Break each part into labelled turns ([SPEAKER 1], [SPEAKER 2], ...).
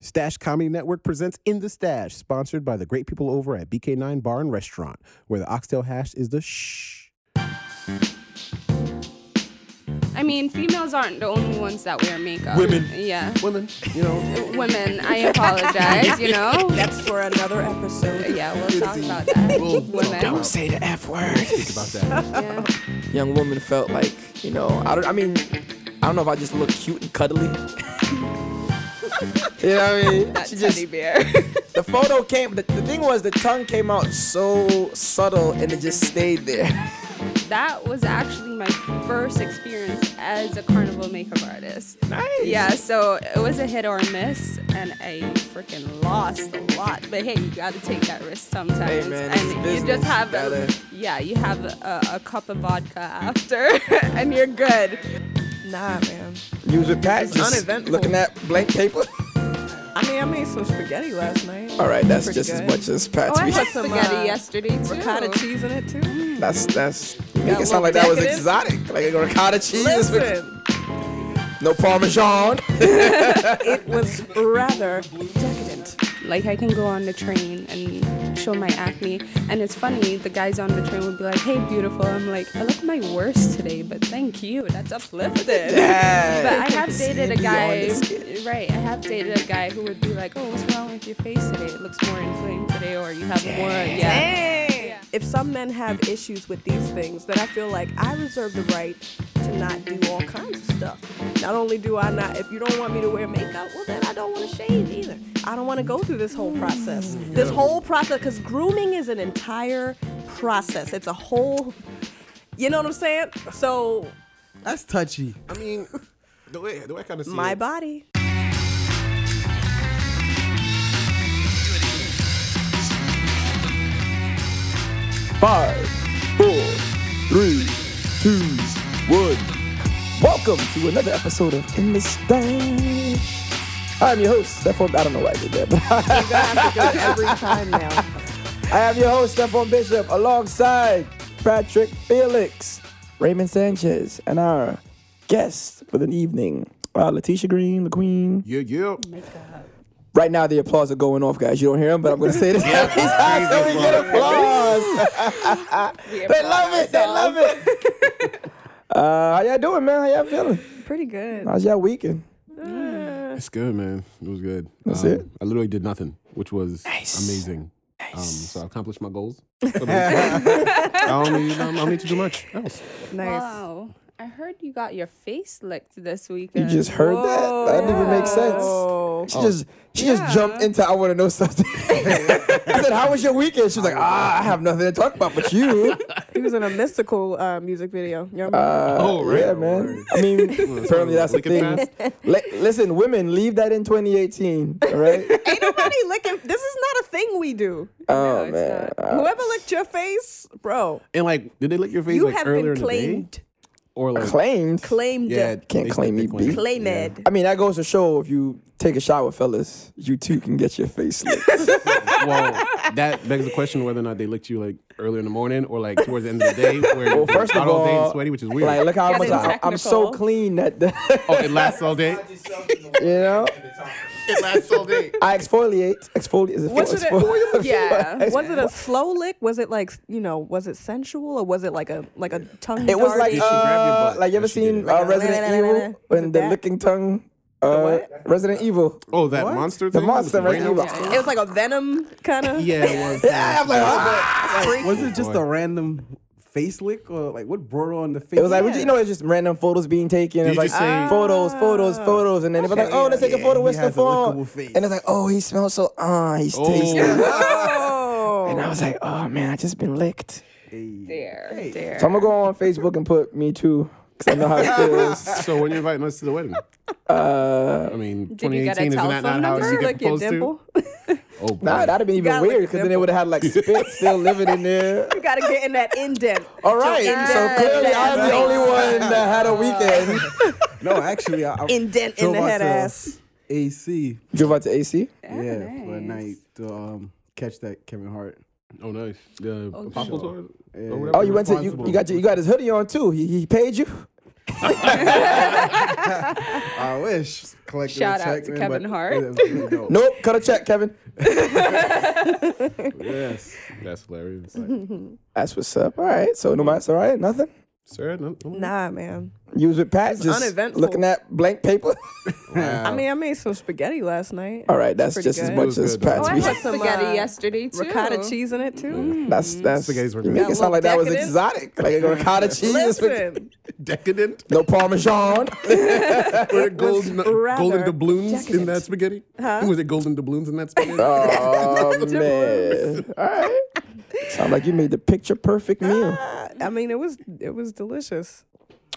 [SPEAKER 1] Stash Comedy Network presents In the Stash, sponsored by the great people over at BK9 Bar and Restaurant, where the oxtail hash is the shh.
[SPEAKER 2] I mean, females aren't the only ones that wear makeup.
[SPEAKER 1] Women.
[SPEAKER 2] Yeah.
[SPEAKER 1] Women, you know,
[SPEAKER 2] Women, I apologize, you know?
[SPEAKER 3] That's for another episode.
[SPEAKER 2] Yeah, we'll talk about that.
[SPEAKER 1] We'll-
[SPEAKER 2] Women.
[SPEAKER 4] Don't say the F word.
[SPEAKER 1] think about that.
[SPEAKER 2] Yeah.
[SPEAKER 4] Young woman felt like, you know, I, don't, I mean, I don't know if I just look cute and cuddly. you know what I mean? She just-
[SPEAKER 2] teddy bear.
[SPEAKER 4] the photo came, the, the thing was the tongue came out so subtle and it just stayed there.
[SPEAKER 2] that was actually my first experience as a carnival makeup artist.
[SPEAKER 4] Nice.
[SPEAKER 2] Yeah, so it was a hit or a miss, and I freaking lost a lot. But hey, you gotta take that risk sometimes.
[SPEAKER 4] Hey, man,
[SPEAKER 2] and
[SPEAKER 4] it's
[SPEAKER 2] you
[SPEAKER 4] business.
[SPEAKER 2] just have, a,
[SPEAKER 4] Gotta-
[SPEAKER 2] yeah, you have a, a cup of vodka after, and you're good.
[SPEAKER 3] Nah, man.
[SPEAKER 4] You was with Pat,
[SPEAKER 3] It's
[SPEAKER 4] just
[SPEAKER 3] uneventful.
[SPEAKER 4] looking at blank paper.
[SPEAKER 3] I mean, I made some spaghetti last night.
[SPEAKER 4] All right, that's
[SPEAKER 3] Pretty
[SPEAKER 4] just as
[SPEAKER 3] good.
[SPEAKER 4] much as Pat's.
[SPEAKER 2] Oh, I
[SPEAKER 4] we-
[SPEAKER 2] had
[SPEAKER 3] had some,
[SPEAKER 2] spaghetti
[SPEAKER 3] uh,
[SPEAKER 2] yesterday too.
[SPEAKER 3] Ricotta cheese in it too.
[SPEAKER 4] that's that's. You make
[SPEAKER 3] a
[SPEAKER 4] it sound
[SPEAKER 3] little
[SPEAKER 4] like that was
[SPEAKER 3] decadent.
[SPEAKER 4] exotic, like a ricotta cheese,
[SPEAKER 3] Listen,
[SPEAKER 4] no parmesan.
[SPEAKER 3] it was rather decadent.
[SPEAKER 2] Like I can go on the train and show my acne, and it's funny. The guys on the train would be like, "Hey, beautiful." I'm like, "I look my worst today, but thank you. That's uplifted." But I have dated a guy, right? I have dated a guy who would be like, "Oh, what's wrong with your face today? It looks more inflamed today, or you have more." Yeah.
[SPEAKER 3] Hey! If some men have issues with these things, then I feel like I reserve the right to not do all kinds of stuff. Not only do I not, if you don't want me to wear makeup, well, then I don't want to shave either. I don't want to go through this whole process.
[SPEAKER 4] Mm-hmm.
[SPEAKER 3] This whole process, because grooming is an entire process, it's a whole, you know what I'm saying? So,
[SPEAKER 5] That's touchy.
[SPEAKER 1] I mean, the way, the way I kind of see
[SPEAKER 3] my
[SPEAKER 1] it,
[SPEAKER 3] body.
[SPEAKER 4] Five, four, three, two, one. Welcome to another episode of In the Stash. I'm your host, Stephon. I don't know why I did that, but
[SPEAKER 3] You're going to have to do it every time now.
[SPEAKER 4] I am your host, Stephon Bishop, alongside Patrick Felix, Raymond Sanchez, and our guest for the evening, uh, Letitia Green, the Queen.
[SPEAKER 1] yeah, yeah.
[SPEAKER 4] Right now, the applause are going off, guys. You don't hear them, but I'm going to say this every time so we get applause. they love it. They love it. Uh, how y'all doing, man? How y'all feeling?
[SPEAKER 3] Pretty good.
[SPEAKER 4] How's y'all weekend?
[SPEAKER 1] It's good, man. It was good.
[SPEAKER 4] That's
[SPEAKER 1] Um,
[SPEAKER 4] it?
[SPEAKER 1] I literally did nothing, which was
[SPEAKER 4] Nice.
[SPEAKER 1] amazing. Um, so I accomplished my goals. I don't need, um, I don't need to do much else.
[SPEAKER 3] Nice.
[SPEAKER 2] Wow. I heard you got your face licked this
[SPEAKER 4] You
[SPEAKER 2] weekend.
[SPEAKER 4] just heard that? That didn't even make sense.
[SPEAKER 3] Oh.
[SPEAKER 4] She just she just jumped into I want to know something. I said, "How was your weekend?" She was like, "Ah, I have nothing to talk about but you."
[SPEAKER 3] He was in a mystical uh, music video. You remember?
[SPEAKER 4] Uh,
[SPEAKER 1] Oh, right.
[SPEAKER 4] Yeah, man. I mean, apparently that's the
[SPEAKER 1] Lick it
[SPEAKER 4] thing. Li- listen, women, leave that in 2018, all right?
[SPEAKER 3] Ain't nobody licking. This is not a thing we do.
[SPEAKER 4] oh,
[SPEAKER 2] it's
[SPEAKER 4] man.
[SPEAKER 3] Whoever licked your face, bro,
[SPEAKER 1] And like, did they lick your face
[SPEAKER 3] you
[SPEAKER 1] like
[SPEAKER 3] have
[SPEAKER 1] earlier
[SPEAKER 3] been
[SPEAKER 1] in the day?
[SPEAKER 3] claimed,
[SPEAKER 1] Or like,
[SPEAKER 4] Claimed.
[SPEAKER 3] claimed,
[SPEAKER 1] yeah,
[SPEAKER 4] Can't
[SPEAKER 1] they
[SPEAKER 4] claim
[SPEAKER 1] said
[SPEAKER 4] me,
[SPEAKER 1] they claimed
[SPEAKER 4] B.
[SPEAKER 1] it.
[SPEAKER 3] claimed.
[SPEAKER 4] I mean, that goes to show if you take a shower, fellas, you too can get your face licked.
[SPEAKER 1] well, that begs the question whether or not they licked you like earlier in the morning or like towards the end of the day, where
[SPEAKER 4] Well,
[SPEAKER 1] you're
[SPEAKER 4] first
[SPEAKER 1] out
[SPEAKER 4] of
[SPEAKER 1] all day
[SPEAKER 4] all,
[SPEAKER 1] and sweaty, which is weird.
[SPEAKER 4] like, look how
[SPEAKER 2] Get
[SPEAKER 4] much
[SPEAKER 2] in
[SPEAKER 4] I, I'm so
[SPEAKER 2] technical.
[SPEAKER 4] clean that,
[SPEAKER 1] oh, it lasts all day.
[SPEAKER 4] you know,
[SPEAKER 1] It lasts all day.
[SPEAKER 4] I exfoliate. Exfoliate is it?
[SPEAKER 3] Was it a-
[SPEAKER 4] exfoliate?
[SPEAKER 2] Yeah.
[SPEAKER 3] Was it a slow lick? Was it like you know? Was it sensual or was it like a like a tongue?
[SPEAKER 4] It was like
[SPEAKER 1] Did she grab your
[SPEAKER 4] uh,
[SPEAKER 1] butt
[SPEAKER 4] like you ever
[SPEAKER 1] when she did
[SPEAKER 4] seen
[SPEAKER 1] it?
[SPEAKER 4] uh,
[SPEAKER 3] Like a
[SPEAKER 4] Resident
[SPEAKER 3] la- la- la- la- la.
[SPEAKER 4] Evil
[SPEAKER 3] Was
[SPEAKER 4] when
[SPEAKER 3] it
[SPEAKER 4] the
[SPEAKER 3] that?
[SPEAKER 4] licking tongue. Uh, Resident Evil.
[SPEAKER 1] Oh, that monster
[SPEAKER 4] The
[SPEAKER 1] thing?
[SPEAKER 4] monster
[SPEAKER 1] With the
[SPEAKER 4] Resident
[SPEAKER 1] brain
[SPEAKER 4] Evil.
[SPEAKER 3] it was like a venom kind of.
[SPEAKER 1] Yeah, it was.
[SPEAKER 4] Yeah, I'm like, ah!
[SPEAKER 5] Was it just a random face lick or like what brought on the face?
[SPEAKER 4] It was like, you know, it's just random photos being taken. It was
[SPEAKER 1] you
[SPEAKER 4] like
[SPEAKER 1] just say-
[SPEAKER 4] photos, photos, photos, and then it was like, oh, let's take a photo with
[SPEAKER 5] he
[SPEAKER 4] the
[SPEAKER 5] has a
[SPEAKER 4] phone.
[SPEAKER 5] lickable face.
[SPEAKER 4] And it's like, oh, he smells so, ah, he's
[SPEAKER 1] Oh.
[SPEAKER 4] tasty.
[SPEAKER 3] Oh.
[SPEAKER 4] And I was like, oh man, I just been licked.
[SPEAKER 2] Dare, dare.
[SPEAKER 4] So I'm gonna go on Facebook and put me too, cause I know how it feels.
[SPEAKER 1] So when you inviting us to the wedding? Uh, I mean,
[SPEAKER 2] Did you get a
[SPEAKER 1] 2018 isn't that
[SPEAKER 2] telephone
[SPEAKER 1] not how
[SPEAKER 2] number?
[SPEAKER 1] you get
[SPEAKER 3] Lick your
[SPEAKER 1] proposed
[SPEAKER 3] dimple.
[SPEAKER 1] to? Oh, boy.
[SPEAKER 4] Nah, that'd have been even
[SPEAKER 3] gotta lick
[SPEAKER 4] weird,
[SPEAKER 3] the
[SPEAKER 4] cause then they
[SPEAKER 3] dimple.
[SPEAKER 4] would have had like spit still living in there.
[SPEAKER 3] You gotta get in that indent.
[SPEAKER 4] All right, so
[SPEAKER 3] Yeah,
[SPEAKER 4] clearly I'm the
[SPEAKER 3] yeah.
[SPEAKER 4] only one that had a weekend.
[SPEAKER 5] no, actually, I, I
[SPEAKER 3] Indent in
[SPEAKER 5] drove
[SPEAKER 3] the
[SPEAKER 5] out
[SPEAKER 3] head
[SPEAKER 5] to
[SPEAKER 3] ass.
[SPEAKER 5] AC.
[SPEAKER 4] Drove out to AC.
[SPEAKER 5] Yeah, for a night to um, catch that Kevin Hart.
[SPEAKER 1] oh, nice. The Apostle Tour?
[SPEAKER 5] Yeah.
[SPEAKER 1] Or whatever
[SPEAKER 4] Oh, you went to you,
[SPEAKER 1] responsible.
[SPEAKER 4] you got your, you got his hoodie on too. He, he paid you.
[SPEAKER 5] I wish. Collecting
[SPEAKER 2] Shout
[SPEAKER 5] a
[SPEAKER 2] out
[SPEAKER 5] check,
[SPEAKER 2] to
[SPEAKER 5] man,
[SPEAKER 2] Kevin
[SPEAKER 5] but
[SPEAKER 2] Hart.
[SPEAKER 5] it- it- no.
[SPEAKER 4] Nope, cut a check, Kevin.
[SPEAKER 5] Yes.
[SPEAKER 1] That's hilarious.
[SPEAKER 4] That's what's up. All right. So no matter. All right. Nothing.
[SPEAKER 1] Sir, no, no.
[SPEAKER 3] Nah, man.
[SPEAKER 4] You was with Pat, just
[SPEAKER 3] uneventful.
[SPEAKER 4] looking at blank paper.
[SPEAKER 3] I mean, I made some spaghetti last night.
[SPEAKER 4] All right, that's
[SPEAKER 3] Pretty
[SPEAKER 4] just as
[SPEAKER 3] good.
[SPEAKER 4] much
[SPEAKER 5] It was
[SPEAKER 4] as
[SPEAKER 5] good, though.
[SPEAKER 2] Oh,
[SPEAKER 4] Pat's.
[SPEAKER 2] I
[SPEAKER 4] we-
[SPEAKER 2] had
[SPEAKER 3] Some,
[SPEAKER 2] spaghetti
[SPEAKER 3] uh,
[SPEAKER 2] yesterday too.
[SPEAKER 3] Ricotta cheese in it too.
[SPEAKER 4] that's that's.
[SPEAKER 5] Spaghetti's were
[SPEAKER 4] You
[SPEAKER 5] good.
[SPEAKER 4] make it sound like that was
[SPEAKER 3] Mm-hmm. Decadent.
[SPEAKER 4] exotic, like a ricotta cheese. and spag-
[SPEAKER 3] Listen,
[SPEAKER 1] Decadent.
[SPEAKER 4] No parmesan.
[SPEAKER 1] Were it golden, golden
[SPEAKER 3] rather
[SPEAKER 1] doubloons in
[SPEAKER 3] decadent.
[SPEAKER 1] that spaghetti? Was it golden doubloons in that spaghetti?
[SPEAKER 4] oh man! All right. Sound like you made the picture perfect meal.
[SPEAKER 3] Uh, I mean, it was it was delicious.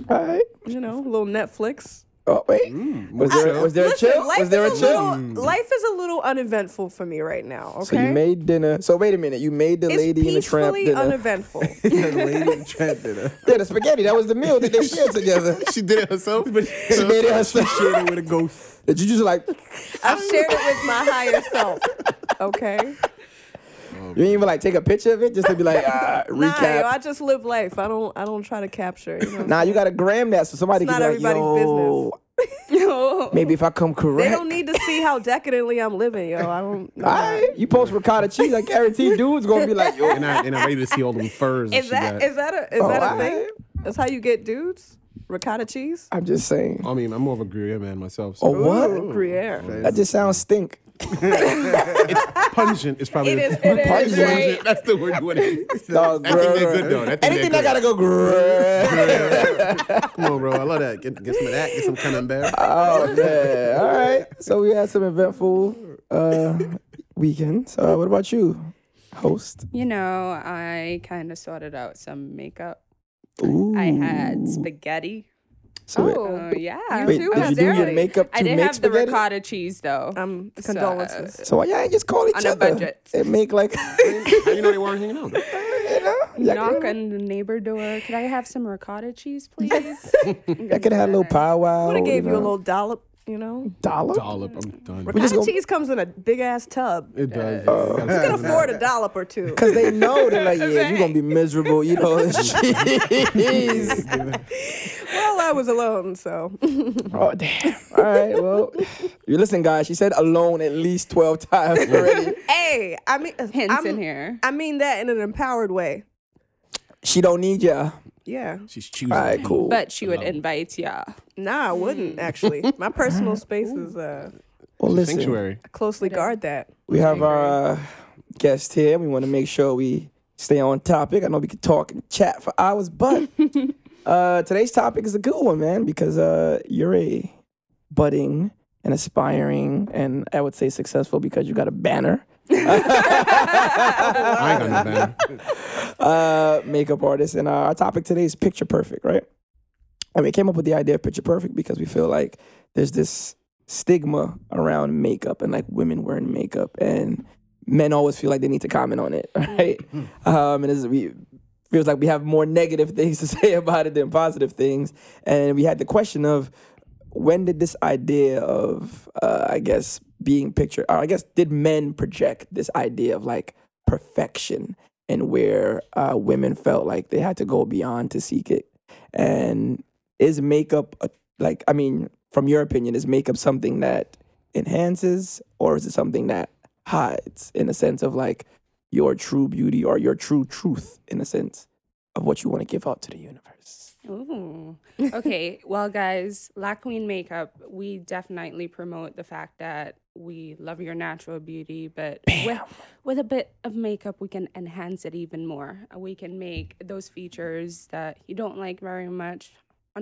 [SPEAKER 4] All right.
[SPEAKER 3] You know, a little Netflix.
[SPEAKER 4] Oh wait.
[SPEAKER 5] Mm,
[SPEAKER 4] was there was there a
[SPEAKER 3] Listen,
[SPEAKER 4] chill?
[SPEAKER 3] life
[SPEAKER 4] Was there a
[SPEAKER 3] is
[SPEAKER 4] chill?
[SPEAKER 3] Little, life is a little uneventful for me right now. Okay,
[SPEAKER 4] So you made dinner. So wait a minute. You made the
[SPEAKER 3] it's
[SPEAKER 4] lady in the tramp
[SPEAKER 3] peacefully
[SPEAKER 4] dinner.
[SPEAKER 3] uneventful.
[SPEAKER 5] the lady in chat did it.
[SPEAKER 4] yeah, the spaghetti. That was the meal that they shared together.
[SPEAKER 1] she did it herself. But
[SPEAKER 4] She made it herself.
[SPEAKER 5] Shared it with a ghost.
[SPEAKER 4] Did you just like
[SPEAKER 3] I've shared it with my higher self. Okay,
[SPEAKER 4] you ain't even like take a picture of it just to be like ah,
[SPEAKER 3] nah,
[SPEAKER 4] recap?
[SPEAKER 3] yo, I just live life. I don't I don't try to capture. You know?
[SPEAKER 4] Nah, you gotta gram that so somebody
[SPEAKER 3] It's
[SPEAKER 4] can
[SPEAKER 3] not
[SPEAKER 4] be like,
[SPEAKER 3] everybody's
[SPEAKER 4] yo,
[SPEAKER 2] No.
[SPEAKER 4] maybe if I come correct.
[SPEAKER 3] They don't need to see how decadently I'm living, yo. I don't.
[SPEAKER 4] All right, you post ricotta cheese, I guarantee dudes gonna be like, yo,
[SPEAKER 1] and, I, and I'm ready to see all them furs.
[SPEAKER 3] Is that is that a is
[SPEAKER 4] Oh,
[SPEAKER 3] that a
[SPEAKER 4] I-
[SPEAKER 3] thing? That's how you get dudes. Ricotta cheese.
[SPEAKER 4] I'm just saying.
[SPEAKER 1] I mean, I'm more of a Gruyere man myself.
[SPEAKER 4] Oh,
[SPEAKER 1] So
[SPEAKER 4] what?
[SPEAKER 3] Ooh, Gruyere.
[SPEAKER 4] That just sounds stink.
[SPEAKER 1] it's pungent. It's probably
[SPEAKER 2] It is.
[SPEAKER 1] the-
[SPEAKER 2] It is.
[SPEAKER 4] Pungent.
[SPEAKER 2] Right?
[SPEAKER 1] That's the word you want to use.
[SPEAKER 4] Dog,
[SPEAKER 1] I think they're
[SPEAKER 4] grr.
[SPEAKER 1] good though. I think they're
[SPEAKER 4] Anything that
[SPEAKER 1] good.
[SPEAKER 4] gotta go grrr.
[SPEAKER 1] Come on, bro. I love that. Get, get some of that. Get some camembert.
[SPEAKER 4] oh man. All right. So we had some eventful uh weekends. Uh what about you? Host.
[SPEAKER 2] You know, I kind of sorted out some makeup.
[SPEAKER 4] Ooh.
[SPEAKER 2] I had spaghetti.
[SPEAKER 4] So it-
[SPEAKER 2] Oh yeah.
[SPEAKER 4] Wait,
[SPEAKER 3] too?
[SPEAKER 4] did
[SPEAKER 3] How
[SPEAKER 4] you do
[SPEAKER 3] dare
[SPEAKER 4] your
[SPEAKER 3] they?
[SPEAKER 4] makeup to
[SPEAKER 2] I didn't
[SPEAKER 4] make
[SPEAKER 2] have the
[SPEAKER 4] spaghetti?
[SPEAKER 2] ricotta cheese though.
[SPEAKER 3] Um, condolences.
[SPEAKER 4] So why y'all ain't just call each
[SPEAKER 2] On a
[SPEAKER 4] other?
[SPEAKER 2] budget.
[SPEAKER 4] And make like
[SPEAKER 1] How you know they weren't hanging out?
[SPEAKER 4] you know, y'all
[SPEAKER 2] Knock
[SPEAKER 4] could-
[SPEAKER 2] on the neighbor door. Could I have some ricotta cheese, please?
[SPEAKER 4] y'all could have a little powwow.
[SPEAKER 3] Would have gave you
[SPEAKER 4] know.
[SPEAKER 3] a little dollop. You know,
[SPEAKER 4] dollar.
[SPEAKER 1] Dollop. I'm done.
[SPEAKER 4] just
[SPEAKER 3] ricotta
[SPEAKER 4] gonna-
[SPEAKER 3] cheese comes in a big ass tub.
[SPEAKER 1] It does.
[SPEAKER 3] You can afford a dollop or two.
[SPEAKER 4] Cause they know they're like, yeah, you're gonna be miserable, you know. Jeez.
[SPEAKER 3] Well, I was alone, so
[SPEAKER 4] oh damn. All right, well, you listen, guys. She said alone at least twelve times already.
[SPEAKER 3] hey, I mean, uh,
[SPEAKER 2] Hints
[SPEAKER 3] I'm-
[SPEAKER 2] in
[SPEAKER 4] Oh,
[SPEAKER 2] here.
[SPEAKER 3] I mean that in an empowered way.
[SPEAKER 4] She don't need ya.
[SPEAKER 3] Yeah,
[SPEAKER 1] She's choosing.
[SPEAKER 4] All right, cool.
[SPEAKER 2] but she would invite ya.
[SPEAKER 3] nah, I
[SPEAKER 2] Hmm.
[SPEAKER 3] wouldn't actually. My personal space is uh,
[SPEAKER 4] well, listen,
[SPEAKER 1] Sanctuary.
[SPEAKER 3] I closely guard that.
[SPEAKER 4] we have our uh, guest here. We want to make sure we stay on topic. I know we could talk and chat for hours, but uh, today's topic is a good one, man, because uh, you're a budding and aspiring, and I would say successful because you got a banner.
[SPEAKER 1] I ain't got no banner.
[SPEAKER 4] uh, makeup artist, and uh, our topic today is picture perfect, right? And we came up with the idea of picture perfect because we feel like there's this stigma around makeup and like women wearing makeup, and men always feel like they need to comment on it, right? um, and it's, we feels like we have more negative things to say about it than positive things, and we had the question of when did this idea of uh, I guess being picture, or I guess did men project this idea of like perfection and where uh, women felt like they had to go beyond to seek it. And is makeup a, like I mean, from your opinion, is makeup something that enhances or is it something that hides in a sense of like your true beauty or your true truth in a sense of what you want to give out to the universe?
[SPEAKER 2] Ooh. Okay. well, guys, Black Queen Makeup, we definitely promote the fact that we love your natural beauty, but with, with a bit of makeup, we can enhance it even more. Uh, We can make those features that you don't like very much.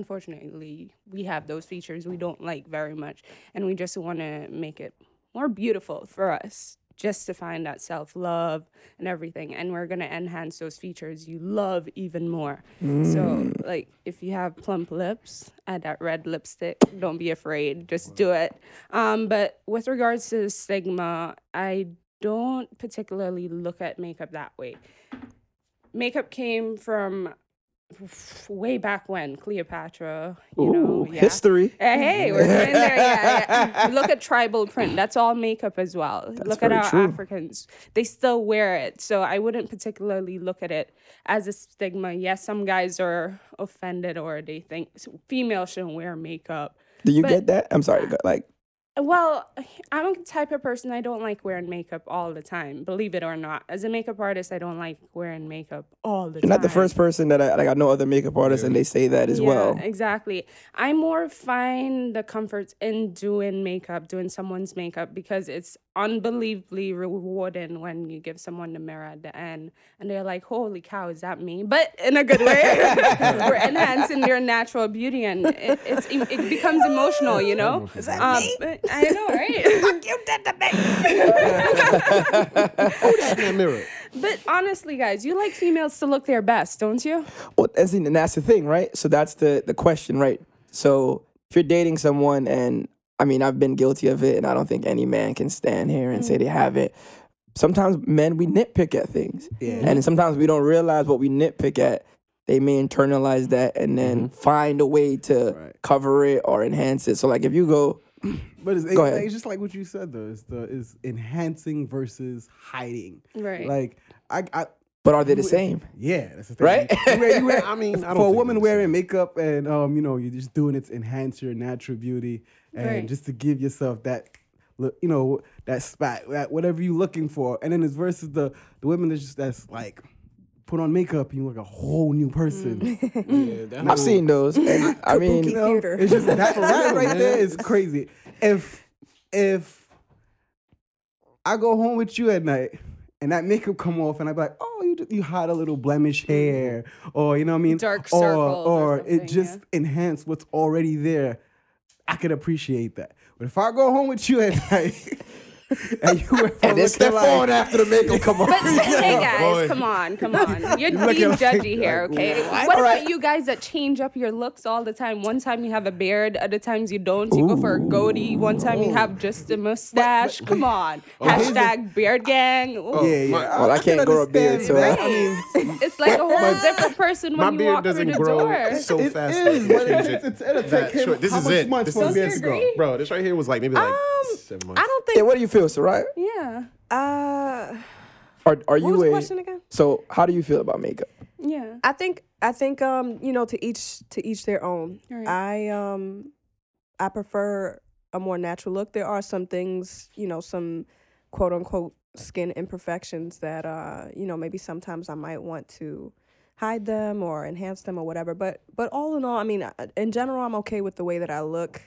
[SPEAKER 2] Unfortunately, we have those features we don't like very much, and we just want to make it more beautiful for us just to find that self love and everything. And we're going to enhance those features you love even more. So, like, if you have plump lips, add that red lipstick. Don't be afraid, just do it. Um, but with regards to the stigma, I don't particularly look at makeup that way. Makeup came from f- way back when Cleopatra. You know,
[SPEAKER 4] Ooh,
[SPEAKER 2] yeah.
[SPEAKER 4] history.
[SPEAKER 2] Eh, hey, we're going there. Yeah, yeah. Look at tribal print. That's all makeup as well. look at
[SPEAKER 4] very
[SPEAKER 2] our
[SPEAKER 4] true.
[SPEAKER 2] Africans. They still wear it. So I wouldn't particularly look at it as a stigma. Yes, some guys are offended or they think females shouldn't wear makeup.
[SPEAKER 4] Do you
[SPEAKER 2] But-
[SPEAKER 4] get that? I'm sorry, but like,
[SPEAKER 2] Well, I'm a type of person I don't like wearing makeup all the time, believe it or not. As a makeup artist, I don't like wearing makeup all the
[SPEAKER 4] you're
[SPEAKER 2] time.
[SPEAKER 4] not the first person that I like. I know other makeup artists, and they say that as
[SPEAKER 2] yeah,
[SPEAKER 4] well.
[SPEAKER 2] Exactly. I more find the comfort in doing makeup, doing someone's makeup, because it's unbelievably rewarding when you give someone the mirror at the end and they're like, holy cow, is that me? But in a good way. We're enhancing their natural beauty and it, it's, it becomes emotional, you know? Is that me? I know, right?
[SPEAKER 1] in that mirror.
[SPEAKER 2] but honestly, guys, you like females to look their best, don't you?
[SPEAKER 4] Well, that's the- and that's the thing, right? So that's the the question, right? So if you're dating someone, and I mean, I've been guilty of it, and I don't think any man can stand here and say they
[SPEAKER 3] Mm-hmm.
[SPEAKER 4] have it. Sometimes men we nitpick at things, and sometimes we don't realize what we nitpick at. They may internalize that and then find a way to
[SPEAKER 5] Right.
[SPEAKER 4] cover it or enhance it. So like if you go,
[SPEAKER 5] But it's,
[SPEAKER 4] Go ahead.
[SPEAKER 5] it's just like what you said though. It's the is enhancing versus hiding.
[SPEAKER 2] Right.
[SPEAKER 5] Like I, I
[SPEAKER 4] but are they the
[SPEAKER 5] Wait.
[SPEAKER 4] same?
[SPEAKER 5] yeah, that's the thing.
[SPEAKER 4] Right?
[SPEAKER 5] You wear- you wear-
[SPEAKER 1] I mean, I don't
[SPEAKER 5] for a
[SPEAKER 1] think
[SPEAKER 5] woman
[SPEAKER 1] it's-
[SPEAKER 5] wearing makeup and um, you know, you're just doing it to enhance your natural beauty and
[SPEAKER 2] Right.
[SPEAKER 5] just to give yourself that look, you know, that spot, that whatever you're looking for. And then it's versus the the women that's just that's like put on makeup and you look a whole new person.
[SPEAKER 4] I've seen those. And I mean,
[SPEAKER 5] know?
[SPEAKER 3] theater.
[SPEAKER 5] It's just that for that right there is crazy. If if I go home with you at night and that makeup come off and I be like, oh, you just, you hide a little blemish hair or you know what I mean,
[SPEAKER 2] Dark
[SPEAKER 5] or
[SPEAKER 2] circles or
[SPEAKER 5] or, it
[SPEAKER 2] something,
[SPEAKER 5] just enhance what's already there. I could appreciate that, but if I go home with you at night. And you were
[SPEAKER 4] and then step forward after the makeup come on.
[SPEAKER 2] But hey guys,
[SPEAKER 1] boy.
[SPEAKER 2] come on, come on. You're
[SPEAKER 5] look
[SPEAKER 2] being
[SPEAKER 5] at-
[SPEAKER 2] judgy here,
[SPEAKER 5] like,
[SPEAKER 2] okay? What, about you guys that change up your looks all the time? One time you have a beard, other times you don't. You go for a goatee. One time you have just a mustache. come on.
[SPEAKER 5] here's the-
[SPEAKER 2] Hashtag beard gang. Ooh,
[SPEAKER 1] Oh.
[SPEAKER 5] yeah, yeah.
[SPEAKER 4] Well, I can't grow a beard, so
[SPEAKER 5] understand
[SPEAKER 4] I-
[SPEAKER 5] that. I mean,
[SPEAKER 2] It's like a whole different person
[SPEAKER 1] My
[SPEAKER 2] when you
[SPEAKER 1] beard
[SPEAKER 2] walk through
[SPEAKER 1] doesn't
[SPEAKER 2] the
[SPEAKER 1] grow
[SPEAKER 2] door.
[SPEAKER 1] so
[SPEAKER 5] It
[SPEAKER 1] fast.
[SPEAKER 5] is,
[SPEAKER 1] that you
[SPEAKER 5] but
[SPEAKER 1] change
[SPEAKER 5] it's-
[SPEAKER 1] it
[SPEAKER 5] it's- it'll
[SPEAKER 1] that
[SPEAKER 5] take him
[SPEAKER 1] short. This
[SPEAKER 5] how
[SPEAKER 1] is
[SPEAKER 5] much
[SPEAKER 1] it.
[SPEAKER 5] months
[SPEAKER 1] This
[SPEAKER 5] for
[SPEAKER 1] is
[SPEAKER 5] him to
[SPEAKER 1] it.
[SPEAKER 5] grow?
[SPEAKER 1] Bro, this right here was like maybe like
[SPEAKER 3] Um,
[SPEAKER 1] seven months.
[SPEAKER 3] I don't
[SPEAKER 4] Yeah,
[SPEAKER 3] think.
[SPEAKER 4] what do you feel, Soraya?
[SPEAKER 2] Yeah.
[SPEAKER 3] Uh,
[SPEAKER 4] Are are
[SPEAKER 3] what was
[SPEAKER 4] you
[SPEAKER 3] the
[SPEAKER 4] a
[SPEAKER 3] question again?
[SPEAKER 4] So, how do you feel about makeup?
[SPEAKER 2] Yeah.
[SPEAKER 3] I think I think um you know to each to each their own.
[SPEAKER 2] Right.
[SPEAKER 3] I um I prefer a more natural look. There are some things you know some quote unquote skin imperfections that uh you know maybe sometimes I might want to hide them or enhance them or whatever. But but all in all, I mean uh, in general I'm okay with the way that I look.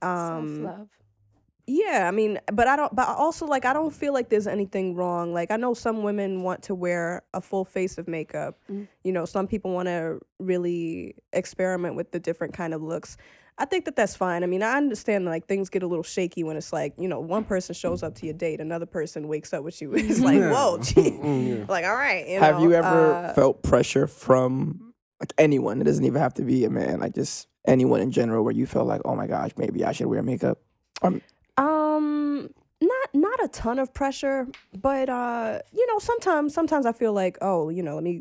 [SPEAKER 3] Um,
[SPEAKER 2] Self-love.
[SPEAKER 3] yeah, I mean, but I don't. But I also, like, I don't feel like there's anything wrong. Like, I know some women want to wear a full face of makeup.
[SPEAKER 4] Mm.
[SPEAKER 3] You know, some people want to really experiment with the different kind of looks. I think that that's fine. I mean, I understand like things get a little shaky when it's like you know one person shows up to your date, another person wakes up with you. and It's like, whoa, gee. like all right.
[SPEAKER 4] Mm, Have you
[SPEAKER 3] know,
[SPEAKER 4] ever
[SPEAKER 3] uh,
[SPEAKER 4] felt pressure from like anyone? It doesn't even have to be a man, like just anyone in general, where you felt like, oh my gosh, maybe I should wear makeup. Um,
[SPEAKER 3] Um, not not a ton of pressure, but uh, you know, sometimes sometimes I feel like, oh, you know, let me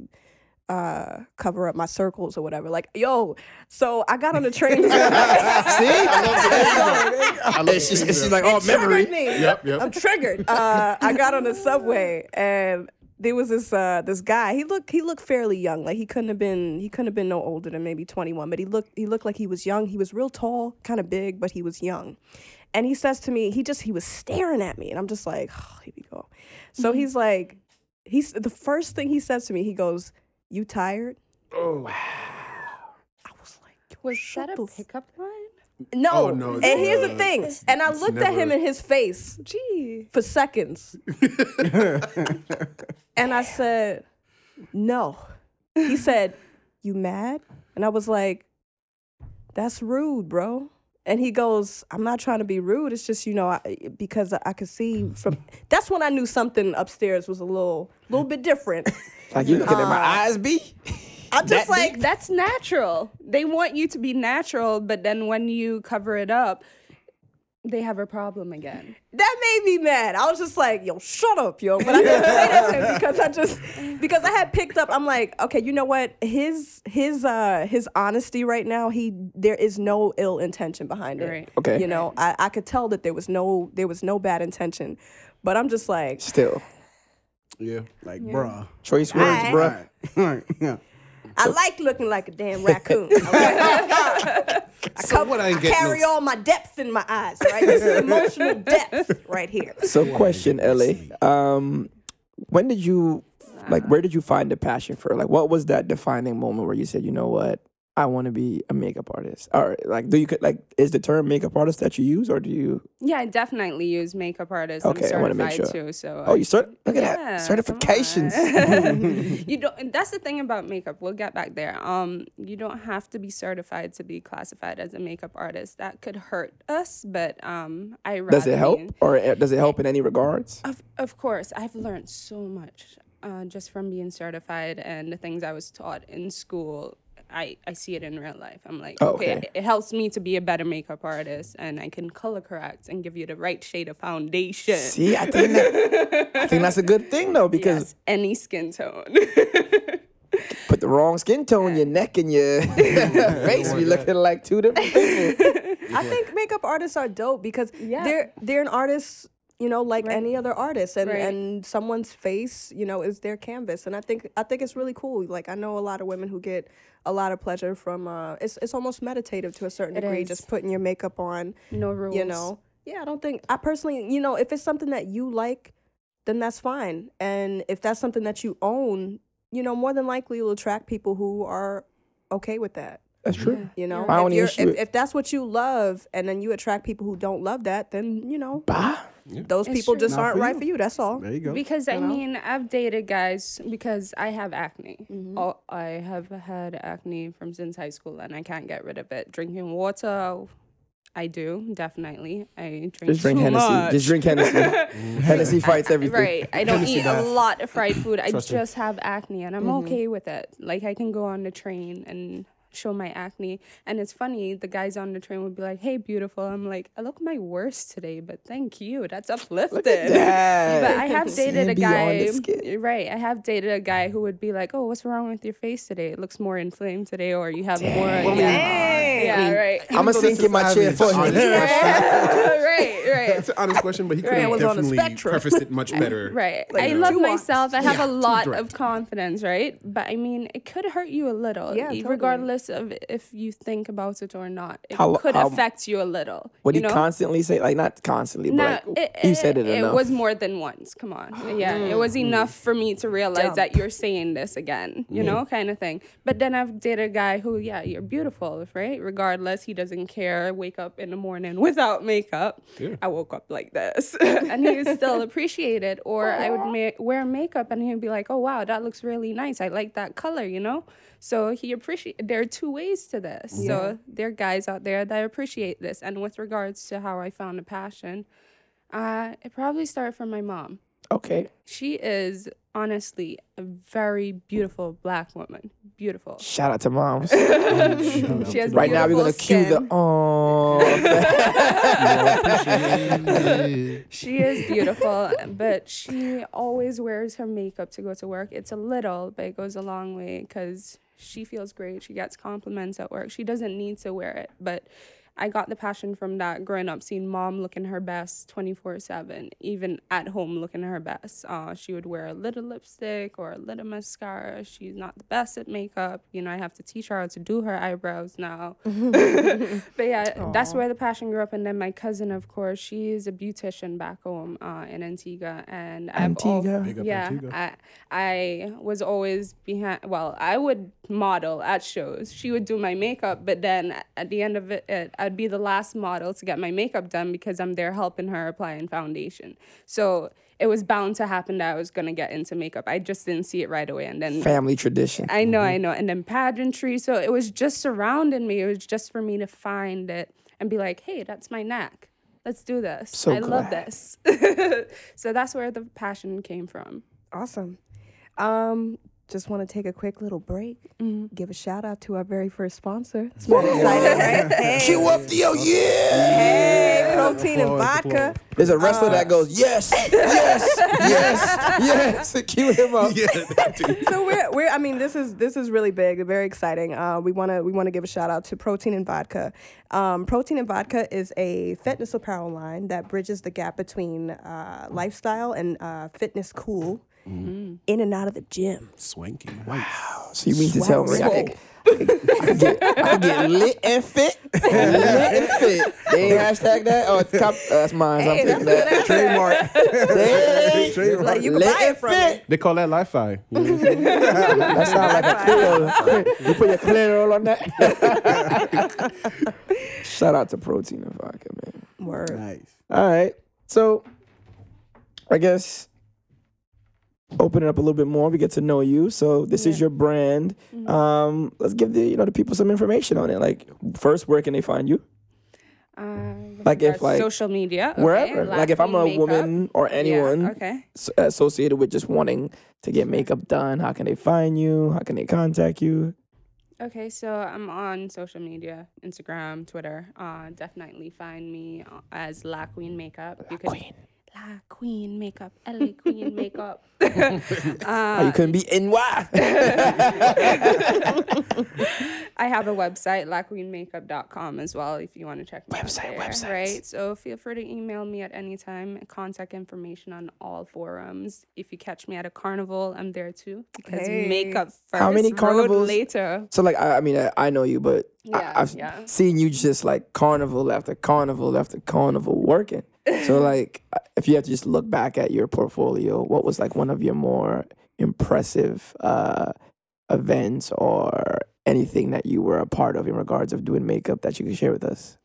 [SPEAKER 3] uh cover up my circles or whatever. Like, yo, so I got on the train.
[SPEAKER 1] I love
[SPEAKER 4] she's,
[SPEAKER 1] it.
[SPEAKER 4] she's like, oh, memory.
[SPEAKER 3] Triggered me.
[SPEAKER 1] Yep, yep.
[SPEAKER 3] I'm triggered. Uh, I got on the subway and there was this uh, this guy. He looked he looked fairly young. Like he couldn't have been he couldn't have been no older than maybe 21. But he looked he looked like he was young. He was real tall, kind of big, but he was young. And he says to me, he just he was staring at me, and I'm just like, oh, here we go. So he's like, he's the first thing he says to me. He goes, "You tired?"
[SPEAKER 2] Was that a
[SPEAKER 3] Shut the-
[SPEAKER 2] pickup line?
[SPEAKER 3] No.
[SPEAKER 1] Oh, no,
[SPEAKER 3] And
[SPEAKER 1] it's
[SPEAKER 3] here's the
[SPEAKER 1] not.
[SPEAKER 3] thing.
[SPEAKER 1] It's-
[SPEAKER 3] and I
[SPEAKER 1] it's
[SPEAKER 3] looked at him
[SPEAKER 1] never-
[SPEAKER 3] in his face
[SPEAKER 2] Gee.
[SPEAKER 3] for seconds. and I said, No. He said, You mad? And I was like, That's rude, bro. And he goes, I'm not trying to be rude. It's just, you know, I, because I, I could see from. That's when I knew something upstairs was a little, little bit different.
[SPEAKER 4] Like you looking at my eyes, be.
[SPEAKER 3] I'm just like,
[SPEAKER 2] That's natural. They want you to be natural, but then when you cover it up, they have a problem again.
[SPEAKER 3] That made me mad. I was just like, yo, shut up, yo. But I didn't say that shit because I just because I had picked up. I'm like, okay, you know what? His his uh his honesty right now, he there is no ill intention behind it.
[SPEAKER 2] Right.
[SPEAKER 4] Okay.
[SPEAKER 3] You know, I, I could tell that there was no there was no bad intention. But I'm just like
[SPEAKER 4] Still,
[SPEAKER 5] Yeah. Like, bruh.
[SPEAKER 4] choice words,
[SPEAKER 3] Alright.
[SPEAKER 4] bro.
[SPEAKER 5] Right. Right. Yeah.
[SPEAKER 3] I like looking like a damn raccoon. okay? I, cover-
[SPEAKER 6] what I ain't
[SPEAKER 3] I
[SPEAKER 6] get no-
[SPEAKER 3] carry all my depth in my eyes, right? This is emotional depth right here.
[SPEAKER 4] So, question, Ellie. Um, when did you, like, where did you find the passion for? Like, what was that defining moment where you said, you know what, I want to be a makeup artist? Or like, do you like, is the term makeup artist that you use, or do you?
[SPEAKER 2] Yeah, I definitely use makeup artist.
[SPEAKER 4] Okay, I
[SPEAKER 2] I'm
[SPEAKER 4] wanna
[SPEAKER 2] certified
[SPEAKER 4] make sure.
[SPEAKER 2] too. So
[SPEAKER 4] Oh,
[SPEAKER 2] I-
[SPEAKER 4] you cert. Look at
[SPEAKER 2] Yeah,
[SPEAKER 4] that
[SPEAKER 2] come
[SPEAKER 4] certifications.
[SPEAKER 2] on. you don't. and That's the thing about makeup. We'll get back there. Um, you don't have to be certified to be classified as a makeup artist. That could hurt us, but um, I rather
[SPEAKER 4] Does it help,
[SPEAKER 2] be-
[SPEAKER 4] or uh, does it help in any regards?
[SPEAKER 2] Of of course, I've learned so much uh, just from being certified and the things I was taught in school. I, I see it in real life. I'm like,
[SPEAKER 4] Oh,
[SPEAKER 2] okay,
[SPEAKER 4] okay.
[SPEAKER 2] it- it helps me to be a better makeup artist, and I can color correct and give you the right shade of foundation.
[SPEAKER 4] See, I think that, I think that's a good thing though because
[SPEAKER 2] Yes, any skin tone.
[SPEAKER 4] put the wrong skin tone, your neck and your face, you looking like two different people.
[SPEAKER 3] I think makeup artists are dope because
[SPEAKER 2] Yeah.
[SPEAKER 3] they're they're an artist, you know, like any other artist, and
[SPEAKER 2] Right.
[SPEAKER 3] and someone's face, you know, is their canvas, and I think I think it's really cool. Like I know a lot of women who get a lot of pleasure from uh, it's it's almost meditative to a certain
[SPEAKER 2] It
[SPEAKER 3] degree,
[SPEAKER 2] is.
[SPEAKER 3] just putting your makeup on,
[SPEAKER 2] no rules.
[SPEAKER 3] you know. Yeah, I don't think I personally, you know, if it's something that you like, then that's fine, and if that's something that you own, you know, more than likely you'll attract people who are okay with that.
[SPEAKER 4] That's true.
[SPEAKER 3] You know,
[SPEAKER 4] My
[SPEAKER 3] if,
[SPEAKER 4] only
[SPEAKER 3] you're,
[SPEAKER 4] issue-
[SPEAKER 3] if, if that's what you love, and then you attract people who don't love that, then you know
[SPEAKER 4] Bah.
[SPEAKER 3] those
[SPEAKER 2] It's
[SPEAKER 3] people
[SPEAKER 2] true.
[SPEAKER 3] just
[SPEAKER 5] Not
[SPEAKER 3] aren't
[SPEAKER 5] for
[SPEAKER 3] right
[SPEAKER 5] you.
[SPEAKER 3] for you. That's all.
[SPEAKER 5] There you go.
[SPEAKER 2] Because I mean, I've dated guys because I have acne.
[SPEAKER 4] Mm-hmm.
[SPEAKER 2] Oh, I have had acne from since high school, and I can't get rid of it. Drinking water, I do definitely. I drink
[SPEAKER 4] Just drink
[SPEAKER 2] too
[SPEAKER 4] Hennessy.
[SPEAKER 2] much.
[SPEAKER 4] Just drink Hennessy. Hennessy fights everything.
[SPEAKER 2] Right. I don't eat a lot of fried food. I just have acne and I'm
[SPEAKER 4] Mm-hmm.
[SPEAKER 2] okay with it. Like I can go on the train and show my acne. And it's funny, the guys on the train would be like, Hey beautiful. I'm like, I look my worst today, but thank you. That's uplifted.
[SPEAKER 4] that.
[SPEAKER 2] But I have dated a
[SPEAKER 4] Sand beyond
[SPEAKER 2] guy
[SPEAKER 4] the skin.
[SPEAKER 2] right. I have dated a guy who would be like, Oh, what's wrong with your face today? It looks more inflamed today or you have more yeah. yeah, right.
[SPEAKER 4] I'm gonna
[SPEAKER 5] though this
[SPEAKER 4] sink in
[SPEAKER 5] is
[SPEAKER 4] my chair
[SPEAKER 6] average,
[SPEAKER 4] for him.
[SPEAKER 6] honestly.
[SPEAKER 2] right, right.
[SPEAKER 6] It's an honest question, but he could
[SPEAKER 2] Right. It
[SPEAKER 6] have
[SPEAKER 2] was
[SPEAKER 3] on the
[SPEAKER 6] definitely
[SPEAKER 3] spectrum.
[SPEAKER 6] prefaced it much better.
[SPEAKER 2] Right.
[SPEAKER 6] Like,
[SPEAKER 2] I
[SPEAKER 6] uh,
[SPEAKER 2] love
[SPEAKER 3] Too honest.
[SPEAKER 2] myself. I have
[SPEAKER 6] Yeah,
[SPEAKER 2] a
[SPEAKER 6] too
[SPEAKER 2] lot
[SPEAKER 6] direct.
[SPEAKER 2] of confidence, right? But I mean, it could hurt you a little,
[SPEAKER 3] Yeah,
[SPEAKER 2] e-
[SPEAKER 3] totally.
[SPEAKER 2] regardless of if you think about it or not. It
[SPEAKER 4] How-
[SPEAKER 2] could
[SPEAKER 4] how-
[SPEAKER 2] affect you a little.
[SPEAKER 4] What do
[SPEAKER 2] you
[SPEAKER 4] you
[SPEAKER 2] know?
[SPEAKER 4] constantly say? Like not constantly,
[SPEAKER 2] No,
[SPEAKER 4] but like
[SPEAKER 2] it,
[SPEAKER 4] you said it,
[SPEAKER 2] it
[SPEAKER 4] enough. Mm.
[SPEAKER 2] was more than once. Come on, yeah, it was enough for me to realize that you're saying this again, you know, kind of thing. But then I've dated a guy who, yeah, you're beautiful, right? Regardless, he doesn't care. Wake up in the morning without makeup. I woke up like this, and he would still appreciate it. Or I would ma- wear makeup, and he'd be like, "Oh wow, that looks really nice. I like that color," you know. So he appreciate. There are two ways to this. So there are guys out there that appreciate this. And with regards to how I found a passion. Uh, it probably started from my mom.
[SPEAKER 4] okay.
[SPEAKER 2] She is honestly a very beautiful black woman. Beautiful.
[SPEAKER 4] Shout out to moms.
[SPEAKER 2] She has
[SPEAKER 4] Right now we're
[SPEAKER 2] beautiful
[SPEAKER 4] gonna cue the
[SPEAKER 2] skin.
[SPEAKER 4] oh.
[SPEAKER 2] She is beautiful, but she always wears her makeup to go to work. It's a little, but it goes a long way because she feels great. She gets compliments at work. She doesn't need to wear it, but I got the passion from that growing up, seeing mom looking her best 24 7, even at home looking her best. Uh, she would wear a little lipstick or a little mascara. She's not the best at makeup. You know, I have to teach her how to do her eyebrows now. but yeah, that's where the passion grew up. And then my cousin, of course, she is a beautician back home uh, in Antigua, and I've al-
[SPEAKER 4] Antigua.
[SPEAKER 6] up
[SPEAKER 2] yeah, I, I was always behind. Well, I would model at shows. She would do my makeup, but then at the end of it, it I'd be the last model to get my makeup done because I'm there helping her applying foundation. So. It was bound to happen that I was gonna get into makeup. I just didn't see it right away, and then
[SPEAKER 4] Family tradition.
[SPEAKER 2] I know, I know. And then pageantry. So it was just surrounding me. It was just for me to find it and be like, hey, that's my knack. Let's do this.
[SPEAKER 4] So
[SPEAKER 2] I love
[SPEAKER 4] glad.
[SPEAKER 2] this. so that's where the passion came from.
[SPEAKER 3] Awesome. Um, Just want to take a quick little break.
[SPEAKER 2] Mhm.
[SPEAKER 3] Give a shout out to our very first Mm-hmm. sponsor. It's not exciting, right? Hey,
[SPEAKER 4] Cue up, yo, yeah.
[SPEAKER 3] hey, protein and vodka.
[SPEAKER 4] There's a wrestler
[SPEAKER 3] Uh,
[SPEAKER 4] that goes, yes, yes, yes, yes. Cue him up.
[SPEAKER 3] so we're, we're I mean this is this is really big, very exciting. Uh, we wanna we wanna give a shout out to Protein and Vodka. Um, Protein and Vodka is a fitness apparel line that bridges the gap between uh, lifestyle and uh, fitness cool. In and out of the gym.
[SPEAKER 1] Swanky.
[SPEAKER 4] So you mean to tell me I
[SPEAKER 3] Wow.
[SPEAKER 4] can, I can get, I can get lit and fit? lit and fit. They ain't hashtag that? Oh, it's cop, uh, that's mine. so
[SPEAKER 3] Hey,
[SPEAKER 4] I'm taking
[SPEAKER 3] that's
[SPEAKER 4] that.
[SPEAKER 3] what I-
[SPEAKER 4] They-
[SPEAKER 1] Trademark.
[SPEAKER 3] Like you can
[SPEAKER 4] Lit
[SPEAKER 3] buy
[SPEAKER 4] and
[SPEAKER 3] it from
[SPEAKER 4] fit.
[SPEAKER 3] me.
[SPEAKER 1] They call that Li-Fi. You know?
[SPEAKER 4] That sounds like a clear You put your clear roll on that. Shout out to protein and vodka, man.
[SPEAKER 3] Word.
[SPEAKER 5] Nice.
[SPEAKER 4] All right. So I guess open it up a little bit more. We get to know you. So this is your brand.
[SPEAKER 2] Mm-hmm.
[SPEAKER 4] Um, let's give the you know the people some information on it. Like first, where can they find you?
[SPEAKER 2] Uh,
[SPEAKER 4] Like Mm-hmm. if,
[SPEAKER 2] regards
[SPEAKER 4] like,
[SPEAKER 2] social media, okay,
[SPEAKER 4] Wherever. Like if I'm a
[SPEAKER 2] lacking makeup,
[SPEAKER 4] woman or
[SPEAKER 2] yeah,
[SPEAKER 4] anyone
[SPEAKER 2] okay.
[SPEAKER 4] s- associated with just wanting to get makeup done, how can they find you? How can they contact you?
[SPEAKER 2] Okay, so I'm on social media, Instagram, Twitter. Uh, definitely find me uh, as La Queen Makeup. La you could, Queen. La Queen Makeup. LA Queen Makeup.
[SPEAKER 4] Oh,
[SPEAKER 2] Uh,
[SPEAKER 4] you couldn't be NY.
[SPEAKER 2] I have a website, laqueenmakeup.com as well, if you want to check me
[SPEAKER 4] Website,
[SPEAKER 2] out there,
[SPEAKER 4] websites.
[SPEAKER 2] Right? So feel free to email me at any time. Contact information on all forums. If you catch me at a carnival, I'm there too. Because
[SPEAKER 3] Hey.
[SPEAKER 2] makeup first,
[SPEAKER 4] How many
[SPEAKER 2] road
[SPEAKER 4] carnivals-
[SPEAKER 2] later.
[SPEAKER 4] so like I, I mean I, I know you, but
[SPEAKER 2] Yeah,
[SPEAKER 4] I, I've
[SPEAKER 2] yeah.
[SPEAKER 4] seen you just like carnival after carnival after carnival working. So like if you have to just look back at your portfolio, what was like one of your more impressive uh, events or anything that you were a part of in regards of doing makeup that you could share with us?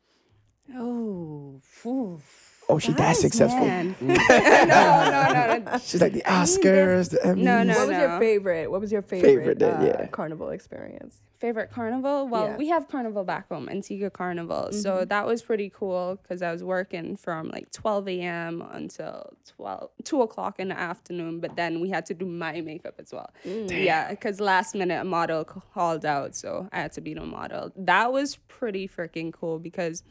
[SPEAKER 2] Oh, phew.
[SPEAKER 4] Oh, she that successful.
[SPEAKER 2] Man. no, no, no, no.
[SPEAKER 4] She's like the Oscars, the Emmys.
[SPEAKER 2] No, no,
[SPEAKER 3] What was your
[SPEAKER 2] no.
[SPEAKER 3] favorite? What was your favorite,
[SPEAKER 4] Favorite, uh,
[SPEAKER 3] uh,
[SPEAKER 4] yeah.
[SPEAKER 3] carnival experience?
[SPEAKER 2] favorite carnival well
[SPEAKER 3] Yeah.
[SPEAKER 2] we have carnival back home antigua carnival
[SPEAKER 1] Mm-hmm.
[SPEAKER 2] so that was pretty cool because i was working from like 12 a.m until 12 2 o'clock in the afternoon but then we had to do my makeup as well
[SPEAKER 1] Mm.
[SPEAKER 2] yeah because last minute a model c- called out so i had to be the model that was pretty freaking cool because